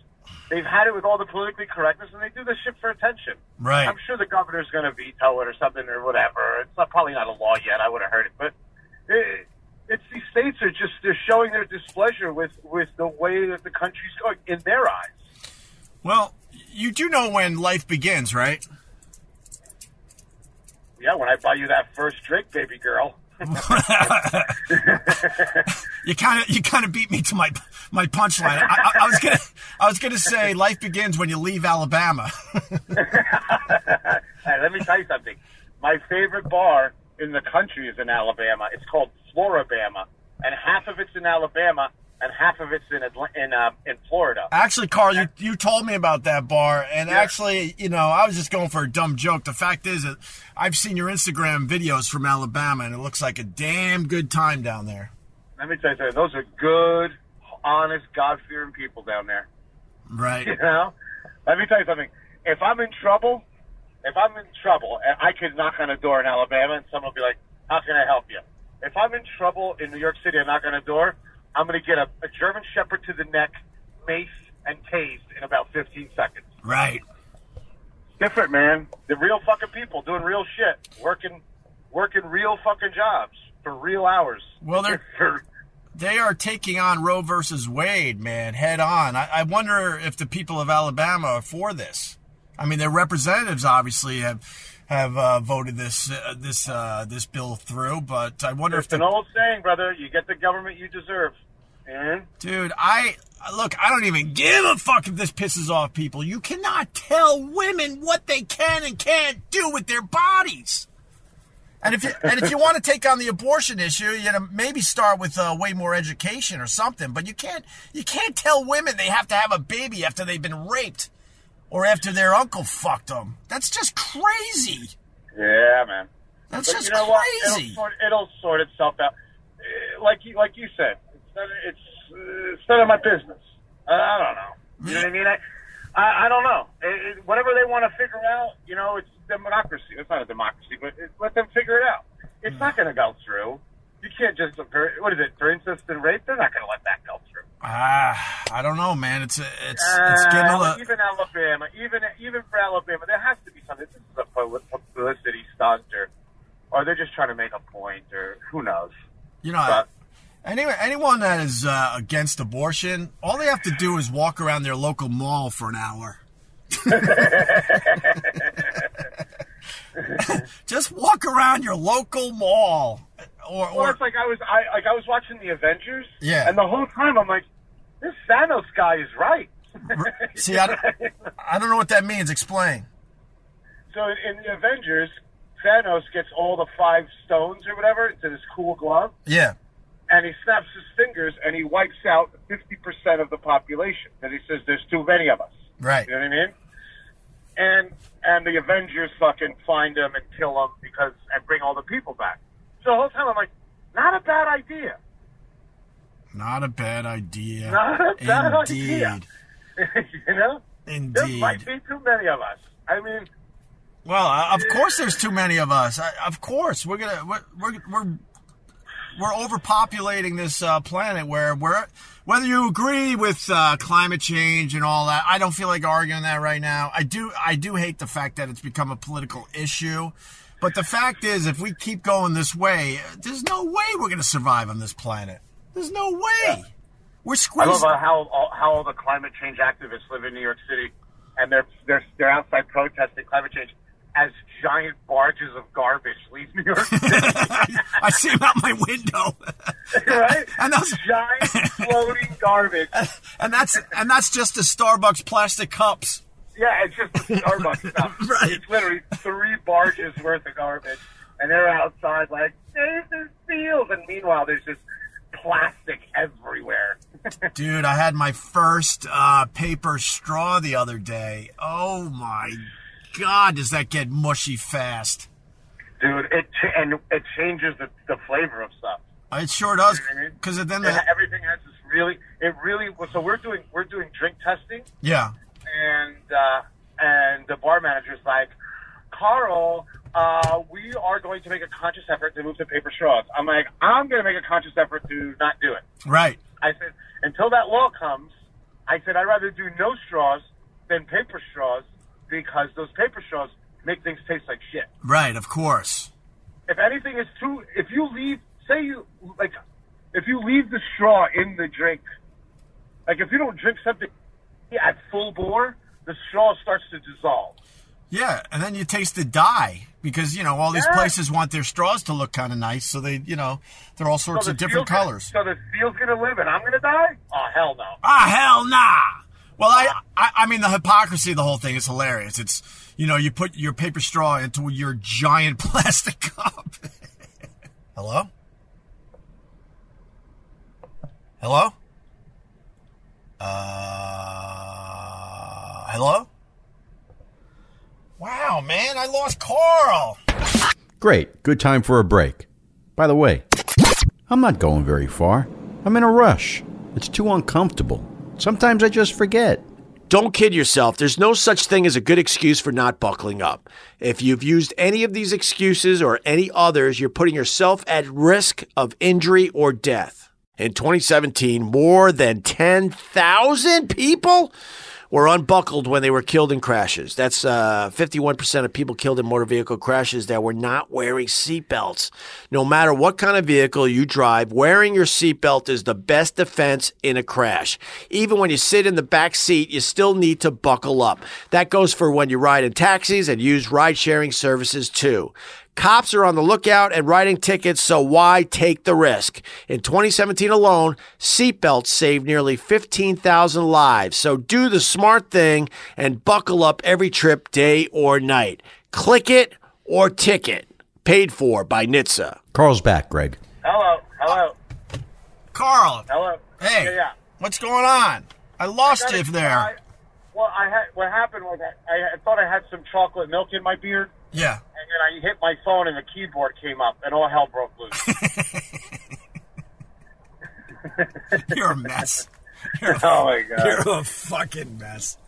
Speaker 4: They've had it with all the politically correctness, and they do this shit for attention.
Speaker 3: Right.
Speaker 4: I'm sure the governor's going to veto it or something or whatever. It's not, probably not a law yet. I would have heard it, but it, it's these states are just they're showing their displeasure with with the way that the country's going in their eyes.
Speaker 3: Well, you do know when life begins, right?
Speaker 4: Yeah, when I buy you that first drink, baby girl.
Speaker 3: You kind of you kind of beat me to my my punchline. I, I, I was gonna I was gonna say life begins when you leave Alabama.
Speaker 4: Hey, let me tell you something. My favorite bar in the country is in Alabama. It's called Florabama, and half of it's in Alabama and half of it's in Atla- in uh, in Florida.
Speaker 3: actually, Carl, you you told me about that bar, and actually, you know, I was just going for a dumb joke. The fact is that I've seen your Instagram videos from Alabama, and it looks like a damn good time down there.
Speaker 4: Let me tell you something. Those are good, honest, God-fearing people down there.
Speaker 3: Right.
Speaker 4: You know, let me tell you something. If I'm in trouble, if I'm in trouble, and I could knock on a door in Alabama and someone will be like, "How can I help you?" If I'm in trouble in New York City and knock on a door, I'm going to get a, a German Shepherd to the neck, mace, and tased in about 15 seconds.
Speaker 3: Right.
Speaker 4: Different, man. The real fucking people doing real shit, working, working real fucking jobs for real hours.
Speaker 3: Well, they're-
Speaker 4: For-
Speaker 3: they are taking on Roe versus Wade, man, head on. I, I wonder if the people of Alabama are for this. I mean, their representatives obviously have have uh, voted this uh, this uh, this bill through, but I wonder if
Speaker 4: it's an
Speaker 3: the
Speaker 4: old saying, brother. You get the government you deserve. And
Speaker 3: dude. I look. I don't even give a fuck if this pisses off people. You cannot tell women what they can and can't do with their bodies. And if you, and if you want to take on the abortion issue, you know maybe start with uh, way more education or something. But you can't you can't tell women they have to have a baby after they've been raped or after their uncle fucked them. That's just crazy.
Speaker 4: yeah, man.
Speaker 3: That's
Speaker 4: But
Speaker 3: just
Speaker 4: you know what?
Speaker 3: crazy.
Speaker 4: It'll sort, it'll sort itself out. Eh, Like you, like you said, it's none, it's, uh, it's none of my business. I, I don't know. You know what I mean? I, I, I don't know. It, it, whatever they want to figure out, you know, it's democracy. It's not a democracy, but it, let them figure it out.
Speaker 3: Hmm.
Speaker 4: It's not going to go through. You can't just what is it for incest and rape? They're not going to let that go through.
Speaker 3: Ah, I don't know, man. It's it's it's getting a
Speaker 4: Uh,
Speaker 3: little.
Speaker 4: even Alabama, even even for Alabama, there has to be something. This is a pub- publicity stunt, or or they're just trying to make a point, or who knows.
Speaker 3: You know,
Speaker 4: But-
Speaker 3: anyone anyone that is uh, against abortion, all they have to do is walk around their local mall for an hour. Just walk around your local mall, or,
Speaker 4: Well,
Speaker 3: or
Speaker 4: it's like I was I like I was watching the Avengers,
Speaker 3: Yeah.
Speaker 4: and the whole time I'm like, this Thanos guy is right.
Speaker 3: see, I don't, I don't know what that means. Explain.
Speaker 4: So in the Avengers, Thanos gets all the five stones or whatever into this cool glove,
Speaker 3: Yeah,
Speaker 4: and he snaps his fingers and he wipes out fifty percent of the population. And he says, "There's too many of us."
Speaker 3: right.
Speaker 4: You know what I mean? and and the Avengers fucking find him and kill him because and bring all the people back. So the whole time I'm like, not a bad idea.
Speaker 3: Not a bad idea.
Speaker 4: Not a bad
Speaker 3: Indeed.
Speaker 4: idea. you know, there might
Speaker 3: Indeed.
Speaker 4: be too many of us. I mean,
Speaker 3: Well, uh, of course, there's too many of us. I, of course, we're gonna we're we're we're, we're overpopulating this uh, planet where we're. Whether you agree with uh, climate change and all that, I don't feel like arguing that right now. I do I do hate the fact that it's become a political issue, but the fact is, if we keep going this way, there's no way we're gonna survive on this planet. There's no way. We're
Speaker 4: I
Speaker 3: squeezed.
Speaker 4: love uh, how all, how all the climate change activists live in New York City, and they're they're they're outside protesting climate change as giant barges of garbage leave New York City,
Speaker 3: I see him out my window.
Speaker 4: right?
Speaker 3: And those-
Speaker 4: giant floating garbage.
Speaker 3: and that's and that's just the Starbucks plastic cups.
Speaker 4: Yeah, it's just the Starbucks stuff.
Speaker 3: Right.
Speaker 4: It's literally three barges worth of garbage, and they're outside like there's this field, and meanwhile there's just plastic everywhere.
Speaker 3: Dude, I had my first uh, paper straw the other day. Oh my god, does that get mushy fast?
Speaker 4: Dude, it ch- and it changes the, the flavor of stuff.
Speaker 3: It sure does,
Speaker 4: You know what I mean?
Speaker 3: because then
Speaker 4: And
Speaker 3: the,
Speaker 4: everything has this really it really so we're doing we're doing drink testing
Speaker 3: yeah,
Speaker 4: and uh, and the bar manager's like carl uh, we are going to make a conscious effort to move to paper straws i'm like i'm going to make a conscious effort to not do it
Speaker 3: right.
Speaker 4: i said until that law comes i said i'd rather do no straws than paper straws because those paper straws make things taste like shit
Speaker 3: Right, of course.
Speaker 4: if anything is too if you leave say you like if you leave the straw in the drink like if you don't drink something at full bore the straw starts to dissolve
Speaker 3: Yeah, and then you taste the dye because you know all these
Speaker 4: Yeah.
Speaker 3: places want their straws to look kind of nice, so they, you know, they're all sorts
Speaker 4: the
Speaker 3: of different
Speaker 4: steel's
Speaker 3: colors.
Speaker 4: gonna, so the steel's gonna live and i'm gonna die oh hell no
Speaker 3: Ah, hell nah. Well, I, I, I mean, the hypocrisy of the whole thing is hilarious. It's, you know, you put your paper straw into your giant plastic cup. Hello? Hello? Uh, hello? Wow, man, I lost Carl.
Speaker 1: Great, good time for a break. By the way, I'm not going very far. I'm in a rush. It's too uncomfortable. Sometimes I just forget.
Speaker 5: Don't kid yourself. There's no such thing as a good excuse for not buckling up. If you've used any of these excuses or any others, you're putting yourself at risk of injury or death. In 2017, more than 10,000 people were unbuckled when they were killed in crashes. That's uh, 51% of people killed in motor vehicle crashes that were not wearing seatbelts. No matter what kind of vehicle you drive, wearing your seatbelt is the best defense in a crash. Even when you sit in the back seat, you still need to buckle up. That goes for when you ride in taxis and use ride sharing services too. Cops are on the lookout and writing tickets, so why take the risk? In 2017 alone, seatbelts saved nearly 15,000 lives. So do the smart thing and buckle up every trip, day or night. Click it or ticket. Paid for by NHTSA.
Speaker 1: Carl's back, Greg.
Speaker 4: hello hello
Speaker 3: Carl.
Speaker 4: hello
Speaker 3: Hey,
Speaker 4: yeah, yeah.
Speaker 3: what's going on? I lost you
Speaker 4: Gotta- I-
Speaker 3: there.
Speaker 4: well i had what happened was I, I thought i had some chocolate milk in my beer
Speaker 3: Yeah.
Speaker 4: and then I hit my phone and the keyboard came up and all hell broke loose.
Speaker 3: You're a mess.
Speaker 4: oh my god.
Speaker 3: You're a fucking mess.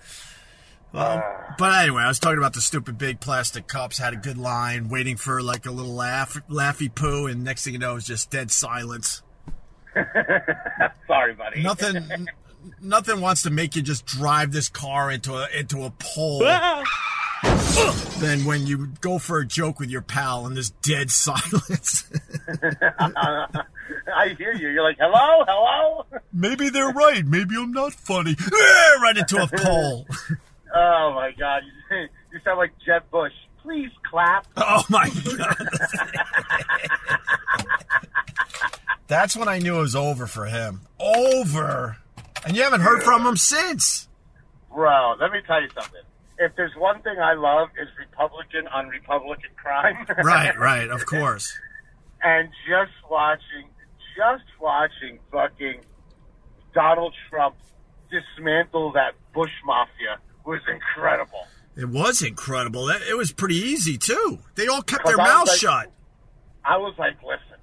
Speaker 3: Well, but anyway, I was talking about the stupid big plastic cups. Had a good line, waiting for like a little laugh, laughy poo, and next thing you know, it's just dead silence.
Speaker 4: Sorry, buddy.
Speaker 3: Nothing, n- nothing wants to make you just drive this car into a into a pole. than when you go for a joke with your pal and there's dead silence.
Speaker 4: I hear you. You're like, hello, hello.
Speaker 3: Maybe they're right. Maybe I'm not funny. right into a pole.
Speaker 4: Oh my God, you, you sound like Jeb Bush. Please clap.
Speaker 3: Oh my god. That's when I knew it was over for him. Over. And you haven't heard from him since.
Speaker 4: Bro, let me tell you something. If there's one thing I love is Republican on Republican crime.
Speaker 3: Right, right, of course.
Speaker 4: and just watching, just watching fucking Donald Trump dismantle that Bush mafia was incredible.
Speaker 3: It was incredible. That, it was pretty easy too. They all kept
Speaker 4: Because
Speaker 3: their
Speaker 4: I was
Speaker 3: mouths
Speaker 4: like-
Speaker 3: shut.
Speaker 4: I was like, listen,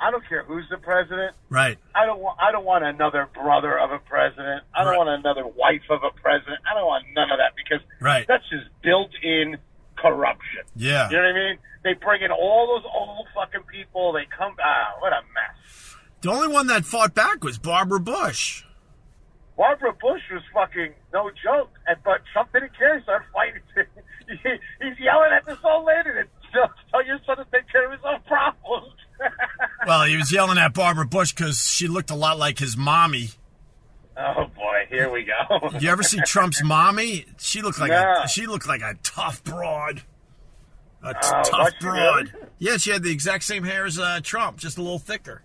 Speaker 4: I don't care who's the president.
Speaker 3: Right.
Speaker 4: I don't want. I don't want another brother of a president. I don't
Speaker 3: Right.
Speaker 4: want another wife of a president. I don't want none of that because
Speaker 3: Right.
Speaker 4: that's just built-in corruption.
Speaker 3: Yeah.
Speaker 4: You know what I mean? They bring in all those old fucking people. They come. Ah, what a mess.
Speaker 3: The only one that fought back was Barbara Bush.
Speaker 4: Barbara Bush was fucking no joke, and but Trump didn't care. He started fighting. He- He's yelling at this old lady to tell- tell your son to take care of his own problems.
Speaker 3: Well, he was yelling at Barbara Bush because she looked a lot like his mommy.
Speaker 4: oh boy, here we go.
Speaker 3: You ever see Trump's mommy? She looked like
Speaker 4: Nah.
Speaker 3: a, she looked like a tough broad. A t-
Speaker 4: Oh,
Speaker 3: tough
Speaker 4: was she
Speaker 3: broad.
Speaker 4: really?
Speaker 3: Yeah, she had the exact same hair as uh, Trump, just a little thicker.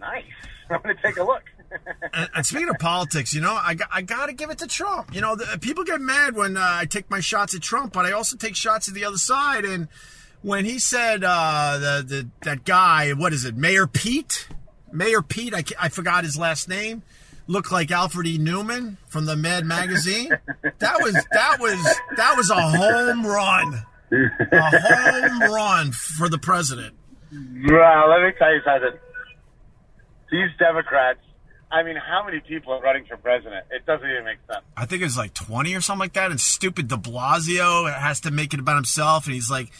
Speaker 4: Nice. I'm gonna take a look.
Speaker 3: And, and speaking of politics, you know, I, got- I got to give it to Trump. You know, the, people get mad when uh, I take my shots at Trump, but I also take shots at the other side. And when he said uh, the, the that guy, what is it, Mayor Pete? Mayor Pete, I, ca- I forgot his last name. Looked like Alfred E. Newman from the Mad Magazine. That was that was that was a home run, a home run for the president.
Speaker 4: Bro, let me tell you something. These Democrats, I mean, how many people are running for president? It doesn't even make sense.
Speaker 3: I think it was like 20 or something like that. And stupid De Blasio has to make it about himself. And he's like,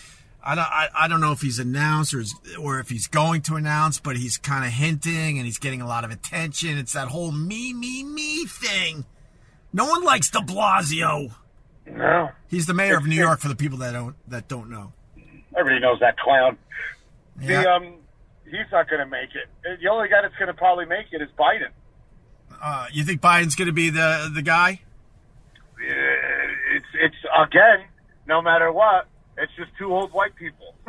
Speaker 3: I don't, I, I don't know if he's announced or, is- or if he's going to announce, but he's kind of hinting and he's getting a lot of attention. It's that whole me, me, me thing. No one likes De Blasio.
Speaker 4: No.
Speaker 3: He's the mayor of New York for the people that don't, that don't know.
Speaker 4: Everybody knows that clown. The,
Speaker 3: Yeah.
Speaker 4: um, he's not going to make it. The only guy that's going to probably make it is Biden.
Speaker 3: Uh, you think Biden's going to be the, the guy?
Speaker 4: It's, it's again, no matter what, it's just two old white people.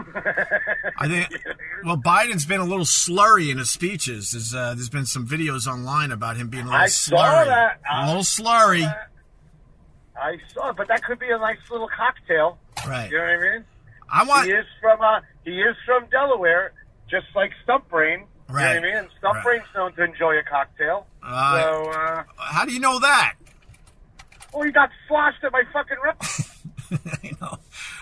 Speaker 3: I think. Well, Biden's been a little slurry in his speeches. There's, uh, there's been some videos online about him being a little
Speaker 4: I saw
Speaker 3: slurry,
Speaker 4: that.
Speaker 3: a
Speaker 4: I
Speaker 3: little slurry.
Speaker 4: I saw, it, but that could be a nice little cocktail.
Speaker 3: Right.
Speaker 4: You know what I mean?
Speaker 3: I want.
Speaker 4: He is from uh, he is from Delaware, just like Stump Brain.
Speaker 3: Right.
Speaker 4: You know what I mean? And Stump
Speaker 3: Right.
Speaker 4: Brain's known to enjoy a cocktail.
Speaker 3: Uh,
Speaker 4: so, uh,
Speaker 3: How do you know that?
Speaker 4: oh, he got sloshed at my fucking rep.
Speaker 3: you know,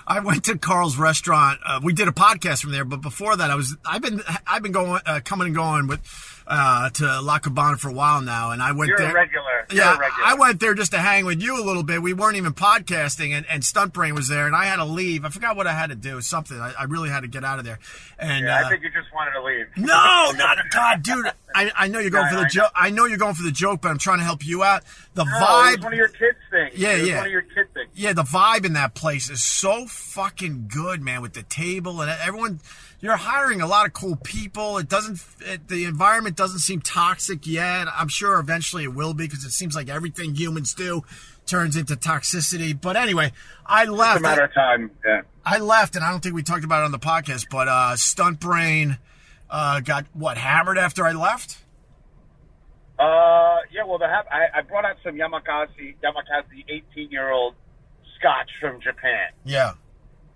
Speaker 3: I went to Carl's restaurant. Uh, we did a podcast from there, but before that, I was I've been I've been going uh, coming and going with uh, to La Cabana for a while now, and I went
Speaker 4: You're
Speaker 3: there.
Speaker 4: a regular. You're
Speaker 3: Yeah,
Speaker 4: a regular.
Speaker 3: I went there just to hang with you a little bit. We weren't even podcasting, and, and Stunt Brain was there, and I had to leave. I forgot what I had to do. Something. I, I really had to get out of there. And
Speaker 4: Yeah,
Speaker 3: uh,
Speaker 4: I think you just wanted to leave.
Speaker 3: No, not God, dude. I, I know you're going for the
Speaker 4: Yeah, I know.
Speaker 3: joke. I know you're going for the joke, but I'm trying to help you out. The
Speaker 4: No, it was
Speaker 3: vibe,
Speaker 4: one of your kids' things.
Speaker 3: Yeah,
Speaker 4: it was
Speaker 3: yeah.
Speaker 4: One of your kid things.
Speaker 3: yeah, the vibe in that place is so fucking good, man. With the table and everyone, you're hiring a lot of cool people. It doesn't, it, the environment doesn't seem toxic yet. I'm sure eventually it will be because it seems like everything humans do turns into toxicity. But anyway, I left.
Speaker 4: It's a matter of time. Yeah.
Speaker 3: I left, and I don't think we talked about it on the podcast, but uh, Stunt Brain uh, got what hammered after I left.
Speaker 4: Uh, yeah. Well, they have. I, I brought out some Yamakasi Yamakasi 18 year old Scotch from Japan.
Speaker 3: Yeah,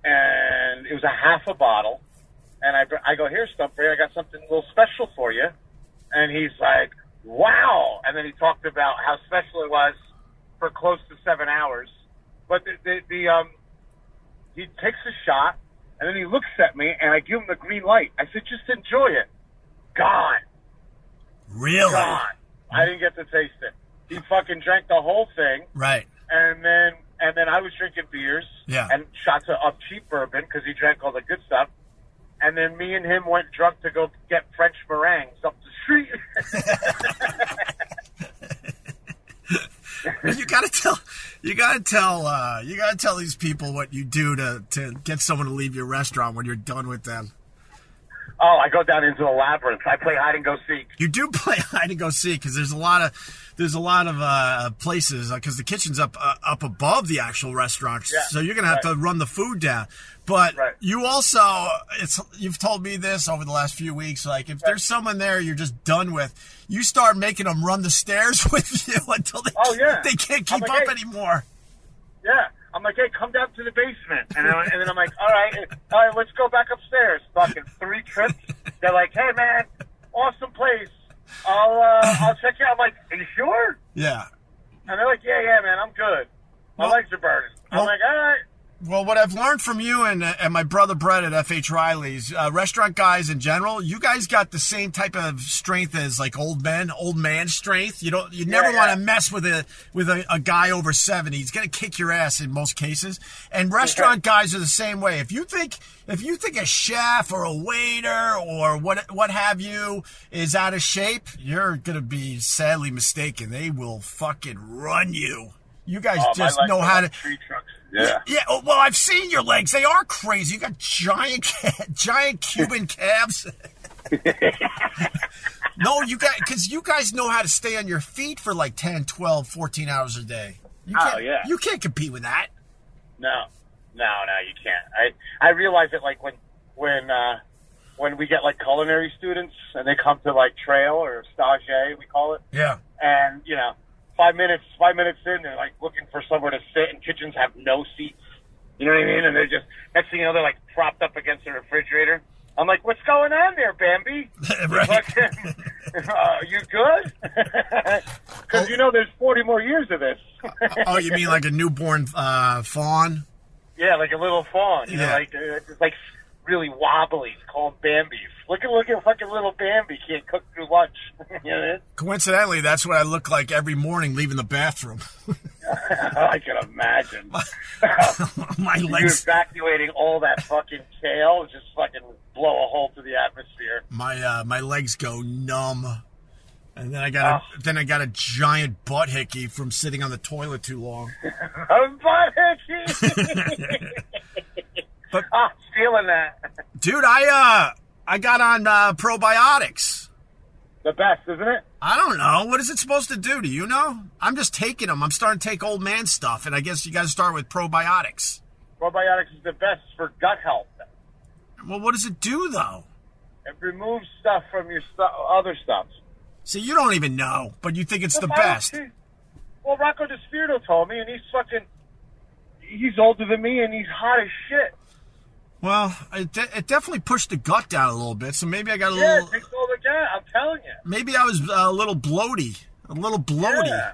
Speaker 4: and it was a half a bottle. And I, I go, here, Stumpy, I got something a little special for you. And he's like, wow. And then he talked about how special it was for close to seven hours. But the, the, the um, he takes a shot, and then he looks at me, and I give him the green light. I said, just enjoy it. Gone,
Speaker 3: really,
Speaker 4: gone. I didn't get to taste it. He fucking drank the whole thing
Speaker 3: right?
Speaker 4: and then and then I was drinking beers
Speaker 3: Yeah.
Speaker 4: and shots of, of cheap bourbon because he drank all the good stuff. And then me and him went drunk to go get French meringues up the street.
Speaker 3: you gotta tell you gotta tell uh, you gotta tell these people what you do to, to get someone to leave your restaurant when you're done with them
Speaker 4: oh, I go down into the labyrinth. I play hide and go seek.
Speaker 3: you do play hide and go seek because there's a lot of there's a lot of uh, places because the kitchen's up uh, up above the actual restaurant
Speaker 4: Yeah,
Speaker 3: so you're gonna have to run the food down but
Speaker 4: Right.
Speaker 3: you also it's you've told me this over the last few weeks like if there's someone there you're just done with you start making them run the stairs with you until they,
Speaker 4: Oh, yeah.
Speaker 3: they can't
Speaker 4: I'm
Speaker 3: keep
Speaker 4: like,
Speaker 3: up
Speaker 4: "Hey."
Speaker 3: anymore
Speaker 4: Yeah. I'm like, hey, come down to the basement, and then, and then I'm like, all right, all right, let's go back upstairs. Fucking three trips. They're like, hey, man, awesome place. I'll uh, I'll check you out. I'm like, are you sure?
Speaker 3: yeah
Speaker 4: And they're like, yeah, yeah, man, I'm good. My
Speaker 3: Well-
Speaker 4: legs are burning. I'm like, all right.
Speaker 3: Well, what I've learned from you and and my brother Brett at FH Riley's, uh, restaurant guys in general, you guys got the same type of strength as like old men, old man strength. You don't, you never
Speaker 4: yeah.
Speaker 3: want to mess with a with a, a guy over seventy. He's gonna kick your ass in most cases. And restaurant guys are the same way. If you think if you think a chef or a waiter or what what have you is out of shape, you're gonna be sadly mistaken. They will fucking run you. You guys
Speaker 4: Oh, my
Speaker 3: just
Speaker 4: legs
Speaker 3: know
Speaker 4: are
Speaker 3: how to.
Speaker 4: like Tree trunks. Yeah.
Speaker 3: Yeah, oh, well, I've seen your legs. They are crazy. You got giant, ca- giant Cuban calves. no, you guys, because you guys know how to stay on your feet for like 10, 12, 14 hours a day. You
Speaker 4: Oh,
Speaker 3: can't,
Speaker 4: yeah.
Speaker 3: You can't compete with that.
Speaker 4: No, no, no, you can't. I I realize it like when when uh, when we get like culinary students and they come to like trail or stage we call it,
Speaker 3: Yeah.
Speaker 4: and you know five minutes five minutes in they're like looking for somewhere to sit and kitchens have no seats. You know what I mean? And they're just next thing you know they're like propped up against the refrigerator. I'm like, what's going on there, Bambi?
Speaker 3: right.
Speaker 4: Fucking, uh, you good? Because you know there's 40 more years of this.
Speaker 3: Oh, you mean like a newborn uh, fawn?
Speaker 4: Yeah, like a little fawn. You
Speaker 3: Yeah.
Speaker 4: know, like uh, just like really wobbly. It's called Bambi. Look at look at fucking little Bambi. Can't cook through lunch. you know,
Speaker 3: Coincidentally, that's what I look like every morning leaving the bathroom.
Speaker 4: I can imagine.
Speaker 3: My
Speaker 4: You're
Speaker 3: legs,
Speaker 4: evacuating all that fucking kale. Just fucking blow a hole to the atmosphere.
Speaker 3: my uh, my legs go numb, and then I got a, then I got a giant butt hickey from sitting on the toilet too long.
Speaker 4: I'm butt itchy.
Speaker 3: But-
Speaker 4: ah, feeling that.
Speaker 3: Dude, I uh I got on uh, probiotics.
Speaker 4: The best, isn't it?
Speaker 3: I don't know. What is it supposed to do? Do you know? I'm just taking them. I'm starting to take old man stuff, and I guess you got to start with probiotics.
Speaker 4: Probiotics is the best for gut health.
Speaker 3: Well, what does it do though?
Speaker 4: It removes stuff from your stu- other stuff.
Speaker 3: See, you don't even know, but you think it's the
Speaker 4: Well, why
Speaker 3: best.
Speaker 4: don't you- Well, Rocco DeSpirito told me, and he's fucking. He's older than me, and he's hot as shit.
Speaker 3: Well, it, de- it definitely pushed the gut down a little bit, so maybe I got a
Speaker 4: Yeah,
Speaker 3: little.
Speaker 4: it takes all the gas. I'm telling you.
Speaker 3: Maybe I was uh, a little bloaty, a little bloaty,
Speaker 4: Yeah.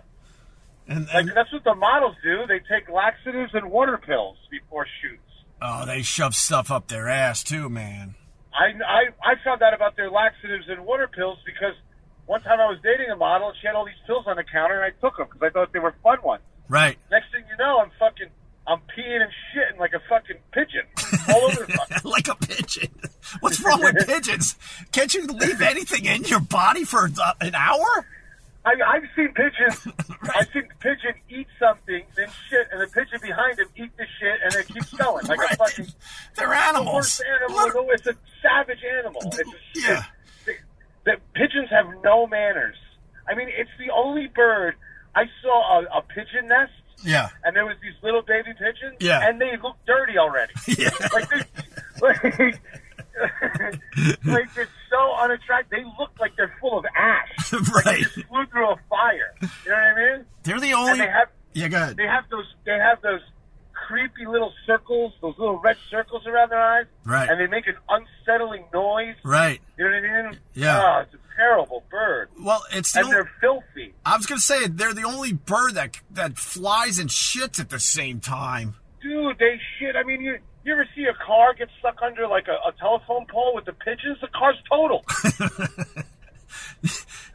Speaker 3: and,
Speaker 4: Like
Speaker 3: and
Speaker 4: that's what the models do. They take laxatives and water pills before shoots.
Speaker 3: oh, they shove stuff up their ass too, man.
Speaker 4: I, I I found out about their laxatives and water pills because one time I was dating a model, and she had all these pills on the counter, and I took them because I thought they were fun ones.
Speaker 3: Right.
Speaker 4: Next thing you know, I'm fucking. I'm peeing and shitting like a fucking pigeon all over the fucking
Speaker 3: like a pigeon. What's wrong with pigeons? Can't you leave anything in your body for uh, an hour?
Speaker 4: I mean, I've seen pigeons. I've seen the pigeon eat something, then shit, and the pigeon behind him eat the shit, and it keeps going like a
Speaker 3: Right.
Speaker 4: fucking
Speaker 3: They're
Speaker 4: the
Speaker 3: animals.
Speaker 4: worst animal.
Speaker 3: Liter-
Speaker 4: It's a savage animal. It's a,
Speaker 3: Yeah.
Speaker 4: The, pigeons have no manners. I mean, it's the only bird I saw a, a pigeon nest.
Speaker 3: Yeah.
Speaker 4: And there was these little baby pigeons,
Speaker 3: Yeah.
Speaker 4: and they looked dirty already.
Speaker 3: Yeah.
Speaker 4: Like, they, like, like they're so unattractive. They look like they're full of ash
Speaker 3: right.
Speaker 4: flew through a fire. You know what I mean?
Speaker 3: They're the only.
Speaker 4: And they have
Speaker 3: yeah, go ahead.
Speaker 4: they have those they have those creepy little circles, those little red circles around their eyes,
Speaker 3: Right.
Speaker 4: And they make an unsettling noise.
Speaker 3: Right.
Speaker 4: You know what I mean?
Speaker 3: Yeah.
Speaker 4: Ah, it's a terrible bird,
Speaker 3: Well, it's the
Speaker 4: and
Speaker 3: only,
Speaker 4: they're filthy.
Speaker 3: I was gonna say they're the only bird that that flies and shits at the same time.
Speaker 4: Dude, they shit. I mean, you you ever see a car get stuck under like a, a telephone pole with the pigeons? The car's total.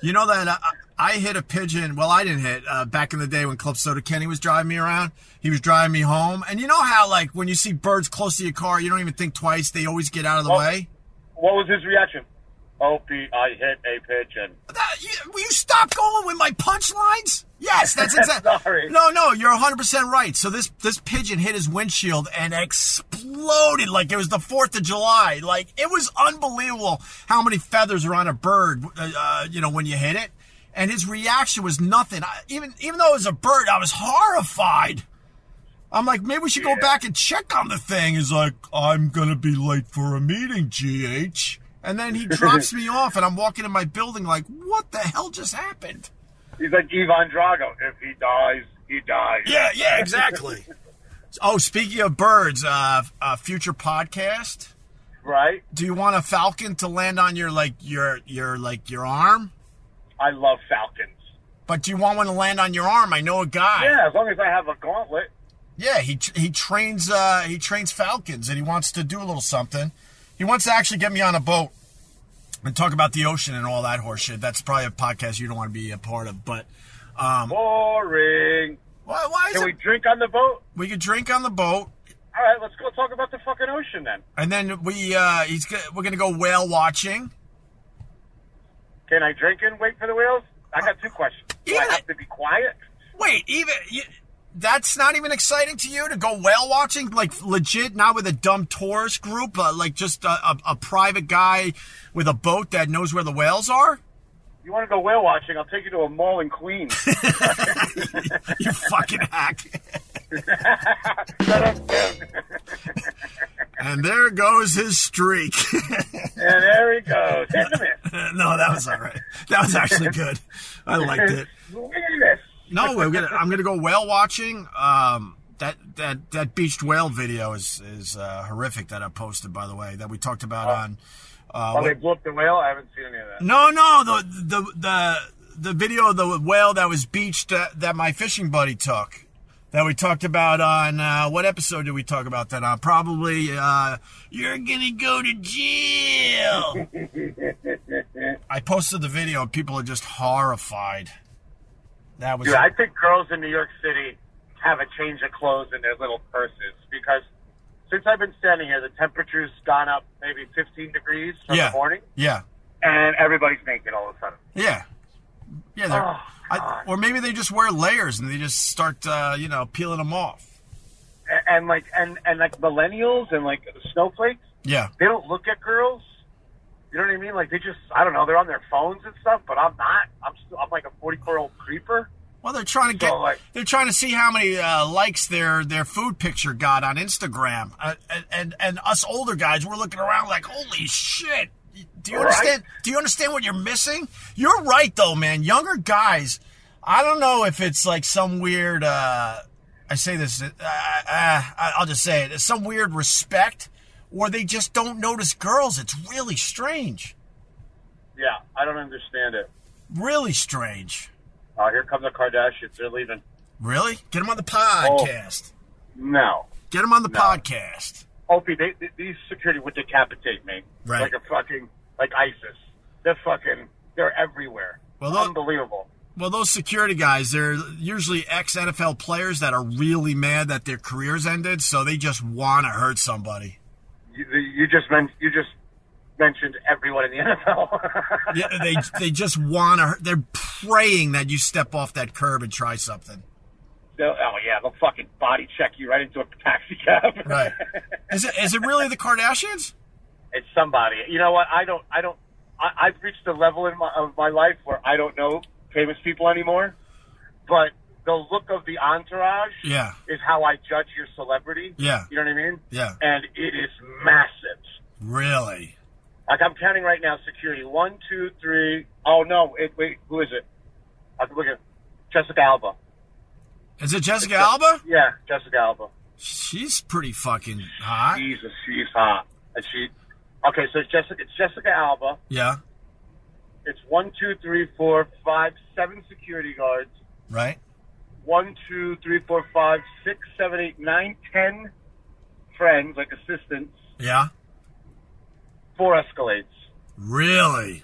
Speaker 3: You know that I, I hit a pigeon. Well, I didn't hit. Uh, back in the day when Club Soda Kenny was driving me around, he was driving me home. And you know how, like, when you see birds close to your car, you don't even think twice. They always get out of the
Speaker 4: Oh.
Speaker 3: way.
Speaker 4: what was his reaction? Opie, I hit a pigeon.
Speaker 3: That, you, will you stop going with my punchlines? Yes, that's exactly.
Speaker 4: Sorry.
Speaker 3: No, no, you're 100% right. So this this pigeon hit his windshield and exploded like it was the 4th of July. Like it was unbelievable how many feathers are on a bird uh, uh, you know when you hit it. And his reaction was nothing. I, even even though it was a bird, I was horrified. I'm like, maybe we should go back and check on the thing. He's like, I'm gonna be late for a meeting, GH. And then he drops me off, and I'm walking in my building like, what the hell just happened?
Speaker 4: He's like Ivan Drago. If he dies, he dies.
Speaker 3: Yeah, yeah, exactly. oh, speaking of birds, uh, uh, future podcast.
Speaker 4: Right.
Speaker 3: Do you want a falcon to land on your like your your like your arm?
Speaker 4: I love falcons.
Speaker 3: But do you want one to land on your arm? I know a guy.
Speaker 4: Yeah, as long as I have a gauntlet.
Speaker 3: Yeah, he tr- he trains uh, he trains falcons, and he wants to do a little something. He wants to actually get me on a boat and talk about the ocean and all that horseshit. That's probably a podcast you don't want to be a part of. But um,
Speaker 4: Boring.
Speaker 3: why, why is
Speaker 4: Can
Speaker 3: it?
Speaker 4: we drink on the boat?
Speaker 3: we could drink on the boat,
Speaker 4: All right, let's go talk about the fucking ocean then.
Speaker 3: and then we uh, he's go- we're gonna go whale watching.
Speaker 4: Can I drink and wait for the whales? I got two questions. Do I
Speaker 3: Yeah.
Speaker 4: have to be quiet?
Speaker 3: Wait, even you, that's not even exciting to you to go whale watching, like legit, not with a dumb tourist group, but like just a, a, a private guy with a boat that knows where the whales are.
Speaker 4: You want to go whale watching? I'll take you to a mall in Queens.
Speaker 3: You fucking hack. and there goes his streak.
Speaker 4: and there he goes. Hit him.
Speaker 3: no, that was all right. That was actually good. I liked it.
Speaker 4: Look at this.
Speaker 3: No, we're gonna, I'm gonna go whale watching. Um, that that that beached whale video is is uh, horrific that I posted by the way that we talked about on. Uh,
Speaker 4: Oh,
Speaker 3: what-
Speaker 4: they blew up the whale? I haven't seen any of that.
Speaker 3: no, no, the the the the video of the whale that was beached uh, that my fishing buddy took that we talked about on uh, what episode did we talk about that on? Probably uh, you're gonna go to jail. I posted the video and people are just horrified. That was
Speaker 4: Dude, I think girls in New York City have a change of clothes in their little purses because since I've been standing here, the temperature's gone up maybe 15 degrees from
Speaker 3: yeah,
Speaker 4: the morning,
Speaker 3: yeah.
Speaker 4: and everybody's naked all of a sudden.
Speaker 3: Yeah. Yeah. They're,
Speaker 4: Oh,
Speaker 3: I,
Speaker 4: God.
Speaker 3: or maybe they just wear layers and they just start, uh, you know, peeling them off.
Speaker 4: A- And like, and and like millennials and like snowflakes,
Speaker 3: Yeah.
Speaker 4: they don't look at girls. You know what I mean? Like they just, I don't know, they're on their phones and stuff. But I'm not. I'm still, I'm like a 44 year old creeper.
Speaker 3: Well, they're trying to get,
Speaker 4: So, like-
Speaker 3: they're trying to see how many uh, likes their their food picture got on Instagram, uh, and, and and us older guys, we're looking around like, holy shit! Do you
Speaker 4: Right.
Speaker 3: understand? Do you understand what you're missing? You're right though, man. Younger guys, I don't know if it's like some weird. Uh, I say this. Uh, uh, I'll just say it. It's some weird respect, or they just don't notice girls. It's really strange.
Speaker 4: Yeah, I don't understand it.
Speaker 3: Really strange.
Speaker 4: Uh, here come the Kardashians. They're leaving.
Speaker 3: Really? Get them on the podcast.
Speaker 4: No.
Speaker 3: Get them on the
Speaker 4: No.
Speaker 3: podcast.
Speaker 4: Opie, they, they, these security would decapitate me.
Speaker 3: Right.
Speaker 4: Like a fucking, like ISIS. They're fucking, they're everywhere.
Speaker 3: Well, look-
Speaker 4: Unbelievable.
Speaker 3: Well, those security guys, they're usually ex NFL players that are really mad that their careers ended, so they just want to hurt somebody.
Speaker 4: You, you just men- you just mentioned everyone in the NFL.
Speaker 3: Yeah, they they just want to. They're praying that you step off that curb and try something.
Speaker 4: They'll- oh yeah, they'll fucking body check you right into a taxi cab.
Speaker 3: Right? Is it is it really the Kardashians?
Speaker 4: it's somebody. You know what? I don't. I don't. I, I've reached a level in my of my life where I don't know famous people anymore. But the look of the entourage
Speaker 3: Yeah.
Speaker 4: is how I judge your celebrity.
Speaker 3: Yeah.
Speaker 4: You know what I mean?
Speaker 3: Yeah.
Speaker 4: And it is massive.
Speaker 3: Really?
Speaker 4: Like I'm counting right now. Security. One, two, three. Oh no! It, wait. Who is it? I'm looking. Jessica Alba.
Speaker 3: Is it Jessica Alba?
Speaker 4: Yeah, Jessica Alba.
Speaker 3: She's pretty fucking hot.
Speaker 4: Jesus, she's hot. And she. Okay, so it's Jessica. It's Jessica Alba.
Speaker 3: Yeah.
Speaker 4: It's one, two, three, four, five, seven security guards.
Speaker 3: Right.
Speaker 4: One, two, three, four, five, six, seven, eight, nine, ten friends, like assistants,
Speaker 3: Yeah.
Speaker 4: four Escalades,
Speaker 3: Really?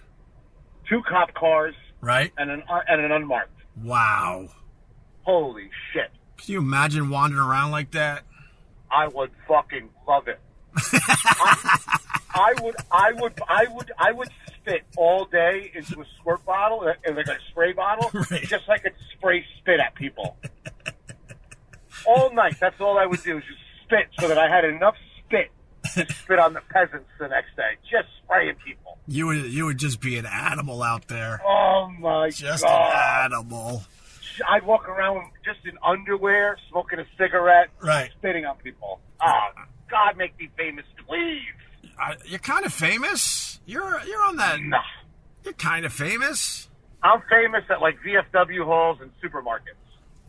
Speaker 4: two cop cars,
Speaker 3: Right.
Speaker 4: and an and an unmarked.
Speaker 3: Wow.
Speaker 4: Holy shit!
Speaker 3: Can you imagine wandering around like that?
Speaker 4: I would fucking love it. I, I would, I would, I would, I would spit all day into a squirt bottle, uh, like a spray bottle,
Speaker 3: Right.
Speaker 4: just like could spray spit at people. all night. That's all I would do is just spit, so that I had enough spit to spit on the peasants the next day. Just spraying people.
Speaker 3: You would you would just be an animal out there.
Speaker 4: Oh my
Speaker 3: Just
Speaker 4: god!
Speaker 3: an animal.
Speaker 4: I'd walk around just in underwear, smoking a cigarette,
Speaker 3: Right.
Speaker 4: spitting on people. Oh God, make me famous, please.
Speaker 3: I, you're kind of famous. You're you're on that.
Speaker 4: No.
Speaker 3: You're kind of famous.
Speaker 4: I'm famous at like VFW halls and supermarkets.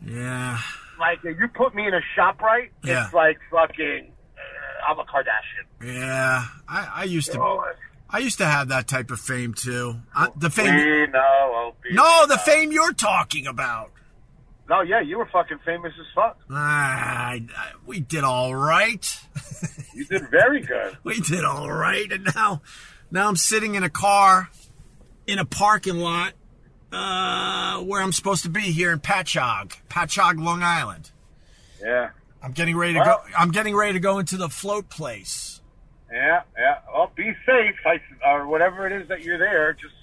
Speaker 3: Yeah.
Speaker 4: Like if you put me in a shop right,
Speaker 3: Yeah.
Speaker 4: it's like fucking. Uh, I'm a Kardashian.
Speaker 3: Yeah. I, I used to
Speaker 4: Oh,
Speaker 3: I used to have that type of fame too. I, the
Speaker 4: we
Speaker 3: fame.
Speaker 4: know. Opie.
Speaker 3: No, the fame you're talking about.
Speaker 4: No, yeah, you were fucking famous as fuck.
Speaker 3: Ah, I- I- we did all right.
Speaker 4: You did very good.
Speaker 3: We did all right, and now, now I'm sitting in a car, in a parking lot, uh, where I'm supposed to be here in Patchogue, Patchogue, Long Island.
Speaker 4: Yeah,
Speaker 3: I'm getting ready to
Speaker 4: Well-
Speaker 3: go. I'm getting ready to go into the float place.
Speaker 4: yeah, yeah. Well, be safe, I, or whatever it is that you're there. Just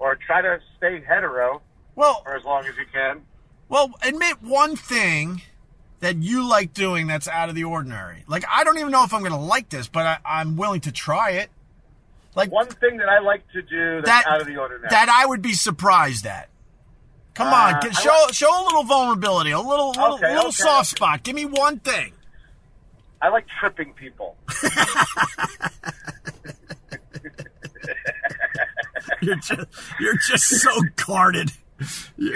Speaker 4: or try to stay hetero
Speaker 3: Well,
Speaker 4: for as long as you can.
Speaker 3: well, admit one thing that you like doing that's out of the ordinary. Like I don't even know if I'm gonna like this, but I, I'm willing to try it. Like
Speaker 4: One thing that I like to do that's out of the ordinary.
Speaker 3: That I would be surprised at. Come
Speaker 4: Uh,
Speaker 3: on, get,
Speaker 4: I
Speaker 3: show show a little vulnerability, a little little,
Speaker 4: Okay,
Speaker 3: little
Speaker 4: okay,
Speaker 3: soft
Speaker 4: okay.
Speaker 3: spot. Give me one thing.
Speaker 4: I like tripping people.
Speaker 3: You're just you're just so guarded. You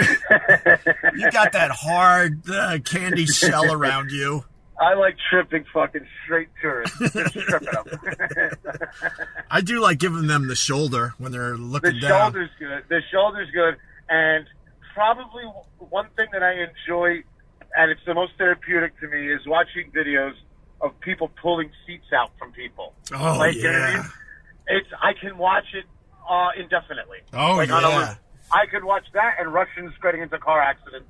Speaker 3: you got that hard uh, candy shell around you.
Speaker 4: I like tripping fucking straight tourists. Just tripping them.
Speaker 3: I do like giving them the shoulder when they're
Speaker 4: the
Speaker 3: looking down.
Speaker 4: shoulder's good. The shoulder's good, and probably w- one thing that I enjoy, and it's the most therapeutic to me, is watching videos of people pulling seats out from people.
Speaker 3: Oh,
Speaker 4: like, you know what I
Speaker 3: yeah.
Speaker 4: mean? It's I can watch it uh, indefinitely.
Speaker 3: Oh,
Speaker 4: like, on a
Speaker 3: yeah.
Speaker 4: loop. I could watch that and Russians getting into car accidents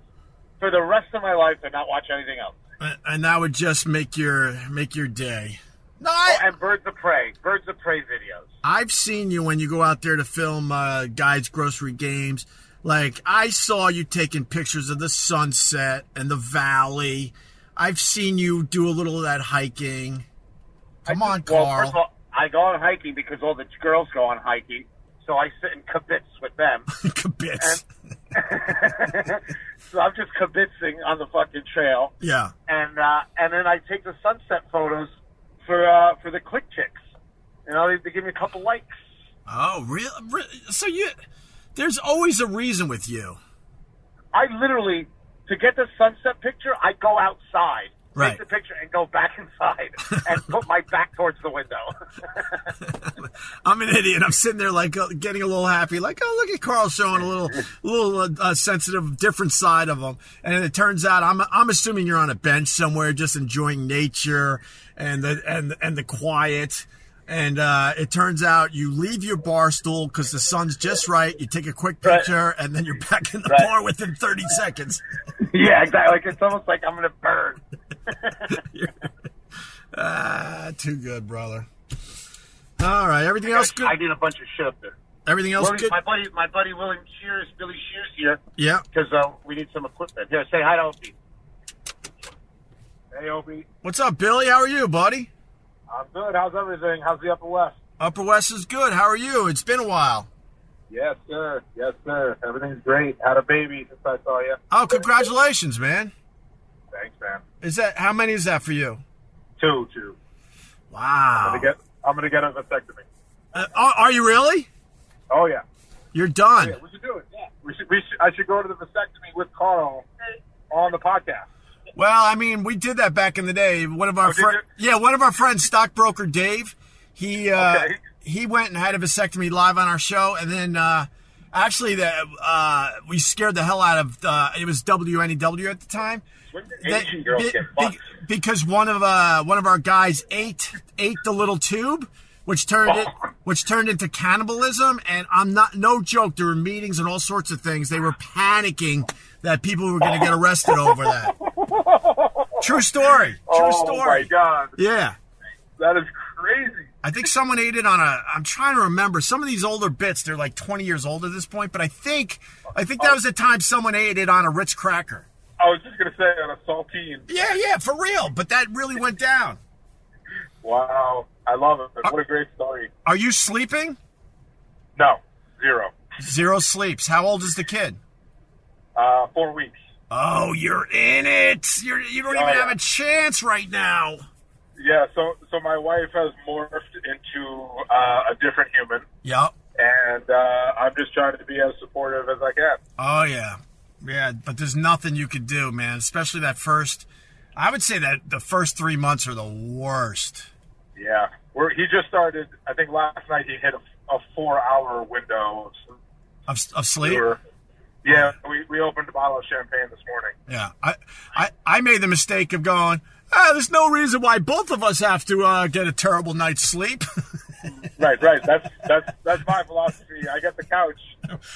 Speaker 4: for the rest of my life and not watch anything else.
Speaker 3: A- and that would just make your make your day. No, I,
Speaker 4: And birds of prey, birds of prey videos.
Speaker 3: I've seen you when you go out there to film uh, guides grocery games. Like I saw you taking pictures of the sunset and the valley. I've seen you do a little of that hiking. Come on,
Speaker 4: Well,
Speaker 3: Carl.
Speaker 4: first of all, I go on hiking because all the girls go on hiking, so I sit in kibitz with them.
Speaker 3: Kibitz.
Speaker 4: so I'm just kibitzing on the fucking trail,
Speaker 3: Yeah.
Speaker 4: and uh, and then I take the sunset photos for uh, for the click chicks. You know, they, they give me a couple likes.
Speaker 3: Oh, real? real so you? There's always a reason with you.
Speaker 4: I literally to get the sunset picture, I go outside.
Speaker 3: Right.
Speaker 4: Take the picture and go back inside and put my back towards the window.
Speaker 3: I'm an idiot. I'm sitting there like uh, getting a little happy, like oh look at Carl showing a little, little uh, uh, sensitive, different side of him. And it turns out I'm I'm assuming you're on a bench somewhere, just enjoying nature and the and and the quiet. And uh, it turns out you leave your bar stool because the sun's just right. You take a quick
Speaker 4: Right.
Speaker 3: picture, and then you're back in the
Speaker 4: Right.
Speaker 3: bar within 30 seconds.
Speaker 4: yeah, exactly. Like it's almost like I'm gonna burn.
Speaker 3: Ah, too good, brother. All right, everything else good.
Speaker 4: I did a bunch of shit up there.
Speaker 3: Everything else
Speaker 4: Willie-
Speaker 3: good.
Speaker 4: my buddy, my buddy William Shears, Billy Shears here.
Speaker 3: Yeah.
Speaker 4: because uh, we need some equipment. Here, say hi to Opie. Hey, Opie.
Speaker 3: What's up, Billy? How are you, buddy?
Speaker 4: I'm good. How's everything? How's the Upper West?
Speaker 3: Upper West is good. How are you? It's been a while.
Speaker 4: Yes, sir. Yes, sir. Everything's great. Had a baby since I saw you.
Speaker 3: Oh, congratulations, man.
Speaker 4: Thanks, man.
Speaker 3: Is that how many is that for you?
Speaker 4: Two, two.
Speaker 3: Wow.
Speaker 4: I'm gonna get, I'm gonna get a vasectomy.
Speaker 3: Uh, are, are you really?
Speaker 4: Oh yeah.
Speaker 3: You're done.
Speaker 4: Yeah, we should do it. Yeah. We should. We should. I should go to the vasectomy with Carl on the podcast.
Speaker 3: Well, I mean, we did that back in the day. One of our
Speaker 4: Oh, did
Speaker 3: friends, yeah, one of our friends, stockbroker Dave, he uh,
Speaker 4: Okay.
Speaker 3: he went and had a vasectomy live on our show, and then uh, actually, the, uh, we scared the hell out of uh, it was WNEW at the time.
Speaker 4: When did
Speaker 3: That-
Speaker 4: Asian girls
Speaker 3: be-
Speaker 4: get
Speaker 3: be-
Speaker 4: fucked?
Speaker 3: because one of uh, one of our guys ate ate the little tube, which turned it which turned into cannibalism. And I'm not no joke. There were meetings and all sorts of things. They were panicking that people were going to get arrested over that. True story. True
Speaker 4: oh
Speaker 3: story.
Speaker 4: my god,
Speaker 3: Yeah.
Speaker 4: that is crazy.
Speaker 3: I think someone ate it on a. I'm trying to remember. Some of these older bits, they're like 20 years old at this point, but I think, I think
Speaker 4: Oh.
Speaker 3: that was the time someone ate it on a Ritz cracker.
Speaker 4: I was just gonna say on a saltine.
Speaker 3: Yeah, yeah, for real. But that really went down.
Speaker 4: Wow, I love it. What a great story.
Speaker 3: Are you sleeping?
Speaker 4: No, zero.
Speaker 3: Zero sleeps. How old is the kid?
Speaker 4: Uh, four weeks.
Speaker 3: Oh, you're in it. You're, you don't even
Speaker 4: yeah.
Speaker 3: have a chance right now.
Speaker 4: Yeah, so so my wife has morphed into uh, a different human,
Speaker 3: Yep.
Speaker 4: and uh, I'm just trying to be as supportive as I can.
Speaker 3: Oh yeah, yeah. But there's nothing you could do, man. Especially that first. I would say that the first three months are the worst.
Speaker 4: Yeah, We're, he just started. I think last night he hit a, a four-hour window.
Speaker 3: Of, of
Speaker 4: We
Speaker 3: sleep.
Speaker 4: were, Yeah, we, we opened a bottle of champagne this morning.
Speaker 3: Yeah, I, I, I made the mistake of going. Ah, there's no reason why both of us have to uh, get a terrible night's sleep.
Speaker 4: Right, right. That's that's that's my philosophy. I get the couch,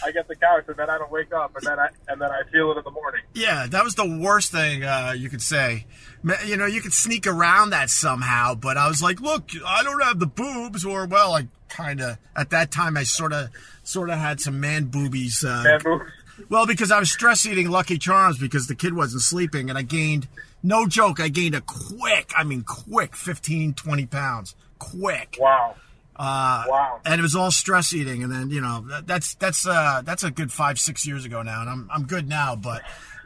Speaker 4: I get the couch, and then I don't wake up, and then I and then I feel it in the morning.
Speaker 3: yeah, that was the worst thing uh, you could say. Ma- You know, you could sneak around that somehow, but I was like, look, I don't have the boobs, or well, I kind of at that time I sort of sort of had some man boobies. Uh,
Speaker 4: And move.
Speaker 3: Well, because I was stress eating Lucky Charms because the kid wasn't sleeping, and I gained, no joke, I gained a quick, I mean, quick 15, 20 pounds. Quick.
Speaker 4: Wow. wow.
Speaker 3: And it was all stress eating. And then, you know, that, that's, that's, uh, that's a good five, six years ago now. And I'm, I'm good now, but,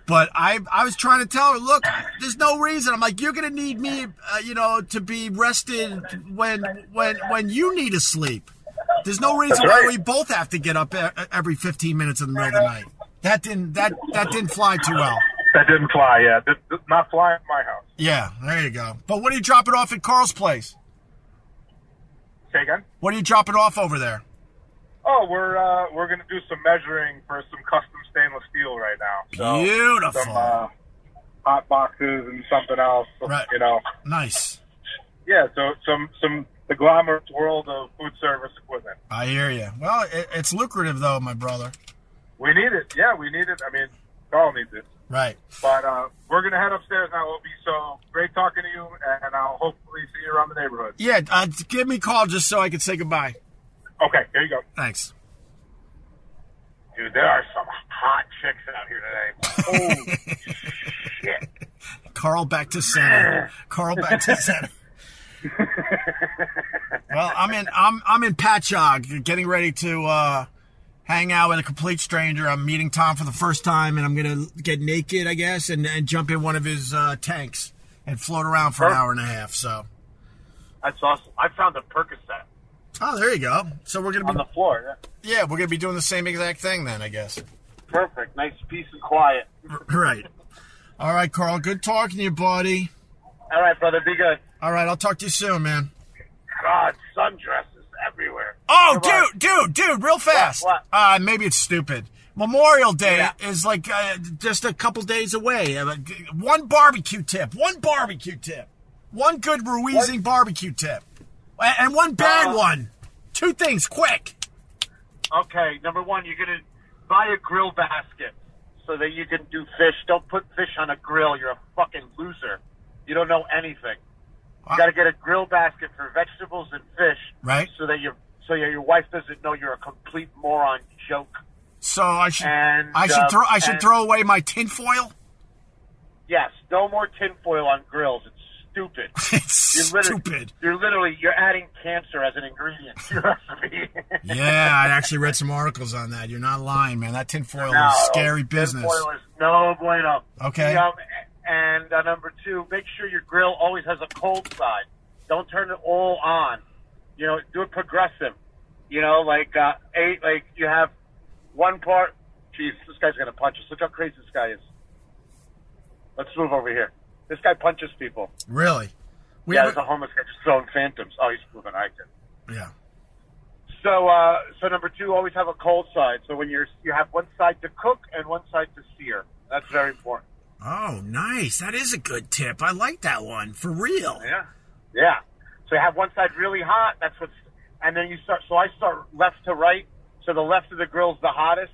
Speaker 3: but I, I was trying to tell her, look, there's no reason. I'm like, you're going to need me, uh, you know, to be rested when, when, when you need to sleep. There's no reason why
Speaker 4: right.
Speaker 3: we both have to get up e- every 15 minutes in the middle of the night. That didn't, that, that didn't fly too well.
Speaker 4: That didn't fly. Yeah, This- this- not fly at my house.
Speaker 3: Yeah, there you go. But what are you dropping off at Carl's place?
Speaker 4: Say again.
Speaker 3: What are you dropping off over there?
Speaker 4: Oh, we're uh, we're gonna do some measuring for some custom stainless steel right now. So
Speaker 3: Beautiful.
Speaker 4: Some uh, hot boxes and something else.
Speaker 3: Right.
Speaker 4: You know.
Speaker 3: Nice.
Speaker 4: Yeah. So some some the glamorous world of food service equipment.
Speaker 3: I hear you. Well, it, it's lucrative though, my brother.
Speaker 4: We need it. Yeah, we need it. I mean, Carl needs it.
Speaker 3: Right.
Speaker 4: But uh, we're gonna head upstairs now, Opie. So great talking to you, and I'll hopefully see you around the neighborhood.
Speaker 3: Yeah, uh, give me a call just so I can say goodbye.
Speaker 4: Okay. Here you go.
Speaker 3: Thanks.
Speaker 4: Dude, there are some hot chicks out here today. Oh shit!
Speaker 3: Carl back to center. Carl back to center. well, I'm in I'm I'm in Patchogue, getting ready to uh, hang out with a complete stranger. I'm meeting Tom for the first time, and I'm gonna get naked, I guess, and, and jump in one of his uh, tanks and float around for an hour and a half. So,
Speaker 4: That's awesome. I found a Percocet
Speaker 3: oh, there you go. So we're gonna
Speaker 4: on
Speaker 3: be
Speaker 4: the floor. Yeah.
Speaker 3: yeah, we're gonna be doing the same exact thing then, I guess.
Speaker 4: Perfect. Nice peace and quiet.
Speaker 3: Right. All right, Carl. Good talking to you, buddy.
Speaker 4: All right, brother. Be good.
Speaker 3: All right, I'll talk to you soon, man.
Speaker 4: God, sundresses everywhere.
Speaker 3: Oh,
Speaker 4: Come on.
Speaker 3: dude, dude, dude, real fast.
Speaker 4: What,
Speaker 3: Uh, maybe it's stupid. Memorial Day
Speaker 4: Yeah.
Speaker 3: is like uh, just a couple days away. Uh, g- One barbecue tip. One barbecue tip. One good Ruizing barbecue tip. A- And one bad
Speaker 4: Uh,
Speaker 3: one. Two things, quick.
Speaker 4: Okay, number one, you're gonna buy a grill basket so that you can do fish. Don't put fish on a grill. You're a fucking loser. You don't know anything. You got to get a grill basket for vegetables and fish,
Speaker 3: Right.
Speaker 4: So that your so that your wife doesn't know you're a complete moron joke.
Speaker 3: So I should
Speaker 4: and,
Speaker 3: I should
Speaker 4: uh,
Speaker 3: throw I should
Speaker 4: and-
Speaker 3: throw away my tinfoil.
Speaker 4: Yes, no more tinfoil on grills. It's stupid.
Speaker 3: It's
Speaker 4: You're literally,
Speaker 3: stupid.
Speaker 4: You're literally you're adding cancer as an ingredient to your recipe.
Speaker 3: Yeah, I actually read some articles on that. You're not lying, man. That tinfoil
Speaker 4: No,
Speaker 3: is scary business.
Speaker 4: Tinfoil is no bueno.
Speaker 3: Okay.
Speaker 4: Um, and uh, number two, make sure your grill always has a cold side. Don't turn it all on. You know, do it progressive. You know, like uh, eight, like you have one part. Jeez, this guy's gonna punch us. Look how crazy this guy is. Let's move over here. This guy punches people.
Speaker 3: Really? We
Speaker 4: yeah,
Speaker 3: have
Speaker 4: there's a homeless guy just throwing phantoms. Oh, he's moving. I can.
Speaker 3: yeah.
Speaker 4: So, uh, so number two, always have a cold side. So when you're, you have one side to cook and one side to sear. That's very important.
Speaker 3: Oh, nice. That is a good tip. I like that one for real.
Speaker 4: Yeah, yeah. So you have one side really hot. That's what's, and then you start. So I start left to right. So the left of the grill's the hottest.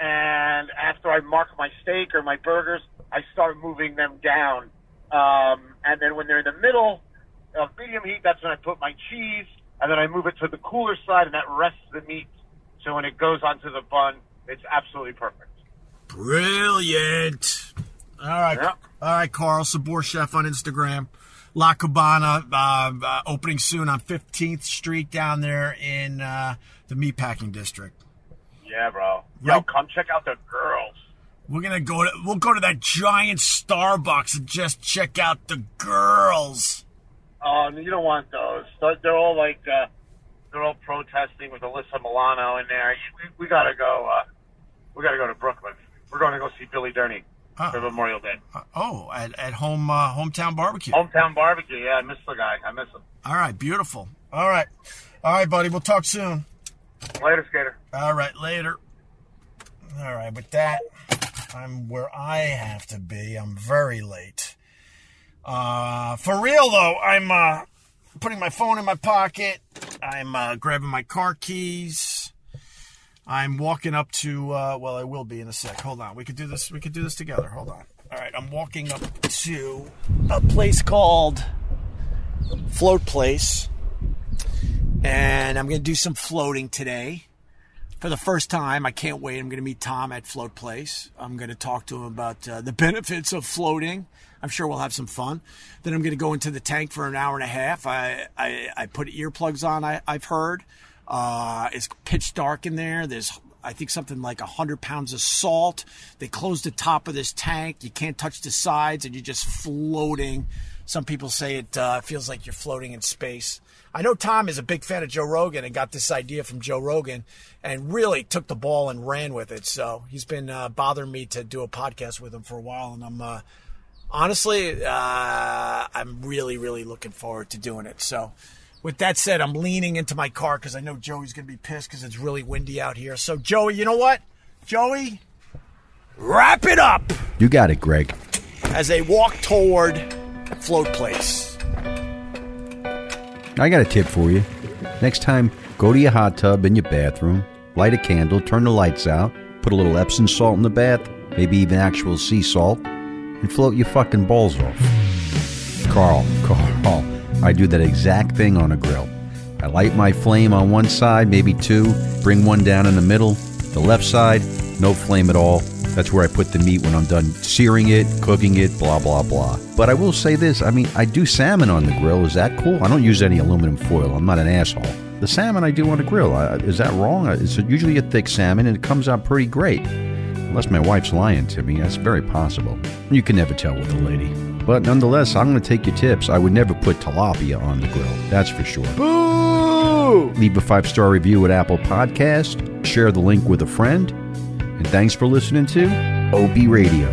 Speaker 4: And after I mark my steak or my burgers, I start moving them down. Um, and then when they're in the middle of medium heat, that's when I put my cheese. And then I move it to the cooler side, and that rests the meat. So when it goes onto the bun, it's absolutely perfect.
Speaker 3: Brilliant. All right.
Speaker 4: Yeah.
Speaker 3: All right, Carl Sabor Chef on Instagram. La Cabana uh, uh, opening soon on 15th Street down there in uh, the meatpacking district.
Speaker 4: Yeah, bro. Yo,
Speaker 3: Right.
Speaker 4: come check out the girls.
Speaker 3: We're gonna go to we'll go to that giant Starbucks and just check out the girls.
Speaker 4: Oh, no, you don't want those. They're- They're all like, uh, they're all protesting with Alyssa Milano in there. You- We, we gotta go. Uh, we gotta go to Brooklyn. We're going to go see Billy Durney for
Speaker 3: Uh,
Speaker 4: Memorial Day.
Speaker 3: uh, oh, at, at home uh, hometown barbecue.
Speaker 4: Hometown barbecue. Yeah, I miss the guy. I miss him.
Speaker 3: All right, beautiful. All right, all right, buddy. We'll talk soon.
Speaker 4: Later, skater.
Speaker 3: All right, later. All right, with that, I'm where I have to be. I'm very late. Uh, for real though, I'm uh, putting my phone in my pocket. I'm uh, grabbing my car keys. I'm walking up to. Uh, well, I will be in a sec. Hold on. We could do this. We could do this together. Hold on. All right. I'm walking up to a place called Float Place, and I'm gonna do some floating today for the first time. I can't wait. I'm going to meet Tom at Float Place. I'm going to talk to him about uh, the benefits of floating. I'm sure we'll have some fun. Then I'm going to go into the tank for an hour and a half. I I, I put earplugs on. I, I've heard uh, it's pitch dark in there. There's I think something like 100 pounds of salt. They close the top of this tank. You can't touch the sides, and you're just floating. Some people say it uh, feels like you're floating in space. I know Tom is a big fan of Joe Rogan and got this idea from Joe Rogan and really took the ball and ran with it. So he's been uh, bothering me to do a podcast with him for a while, and I'm uh, honestly, uh, I'm really, really looking forward to doing it. So, with that said, I'm leaning into my car because I know Joey's going to be pissed because it's really windy out here. So, Joey, you know what? Joey, wrap it up
Speaker 1: You got it, Greg.
Speaker 3: as they walk toward Float Place.
Speaker 1: I got a tip for you. Next time, go to your hot tub in your bathroom, light a candle, turn the lights out, put a little Epsom salt in the bath, maybe even actual sea salt, and float your fucking balls off. Carl, Carl, I do that exact thing on a grill. I light my flame on one side, maybe two, bring one down in the middle, the left side, no flame at all. That's where I put the meat when I'm done searing it, cooking it, blah, blah, blah. But I will say this I mean, I do salmon on the grill. Is that cool? I don't use any aluminum foil. I'm not an asshole. The salmon I do on the grill, I, is that wrong? It's usually a thick salmon and it comes out pretty great. Unless my wife's lying to me, that's very possible. You can never tell with a lady. But nonetheless, I'm going to take your tips. I would never put tilapia on the grill, that's for sure.
Speaker 3: Boo!
Speaker 1: Leave a five star review at Apple Podcast, share the link with a friend, and thanks for listening to OB Radio.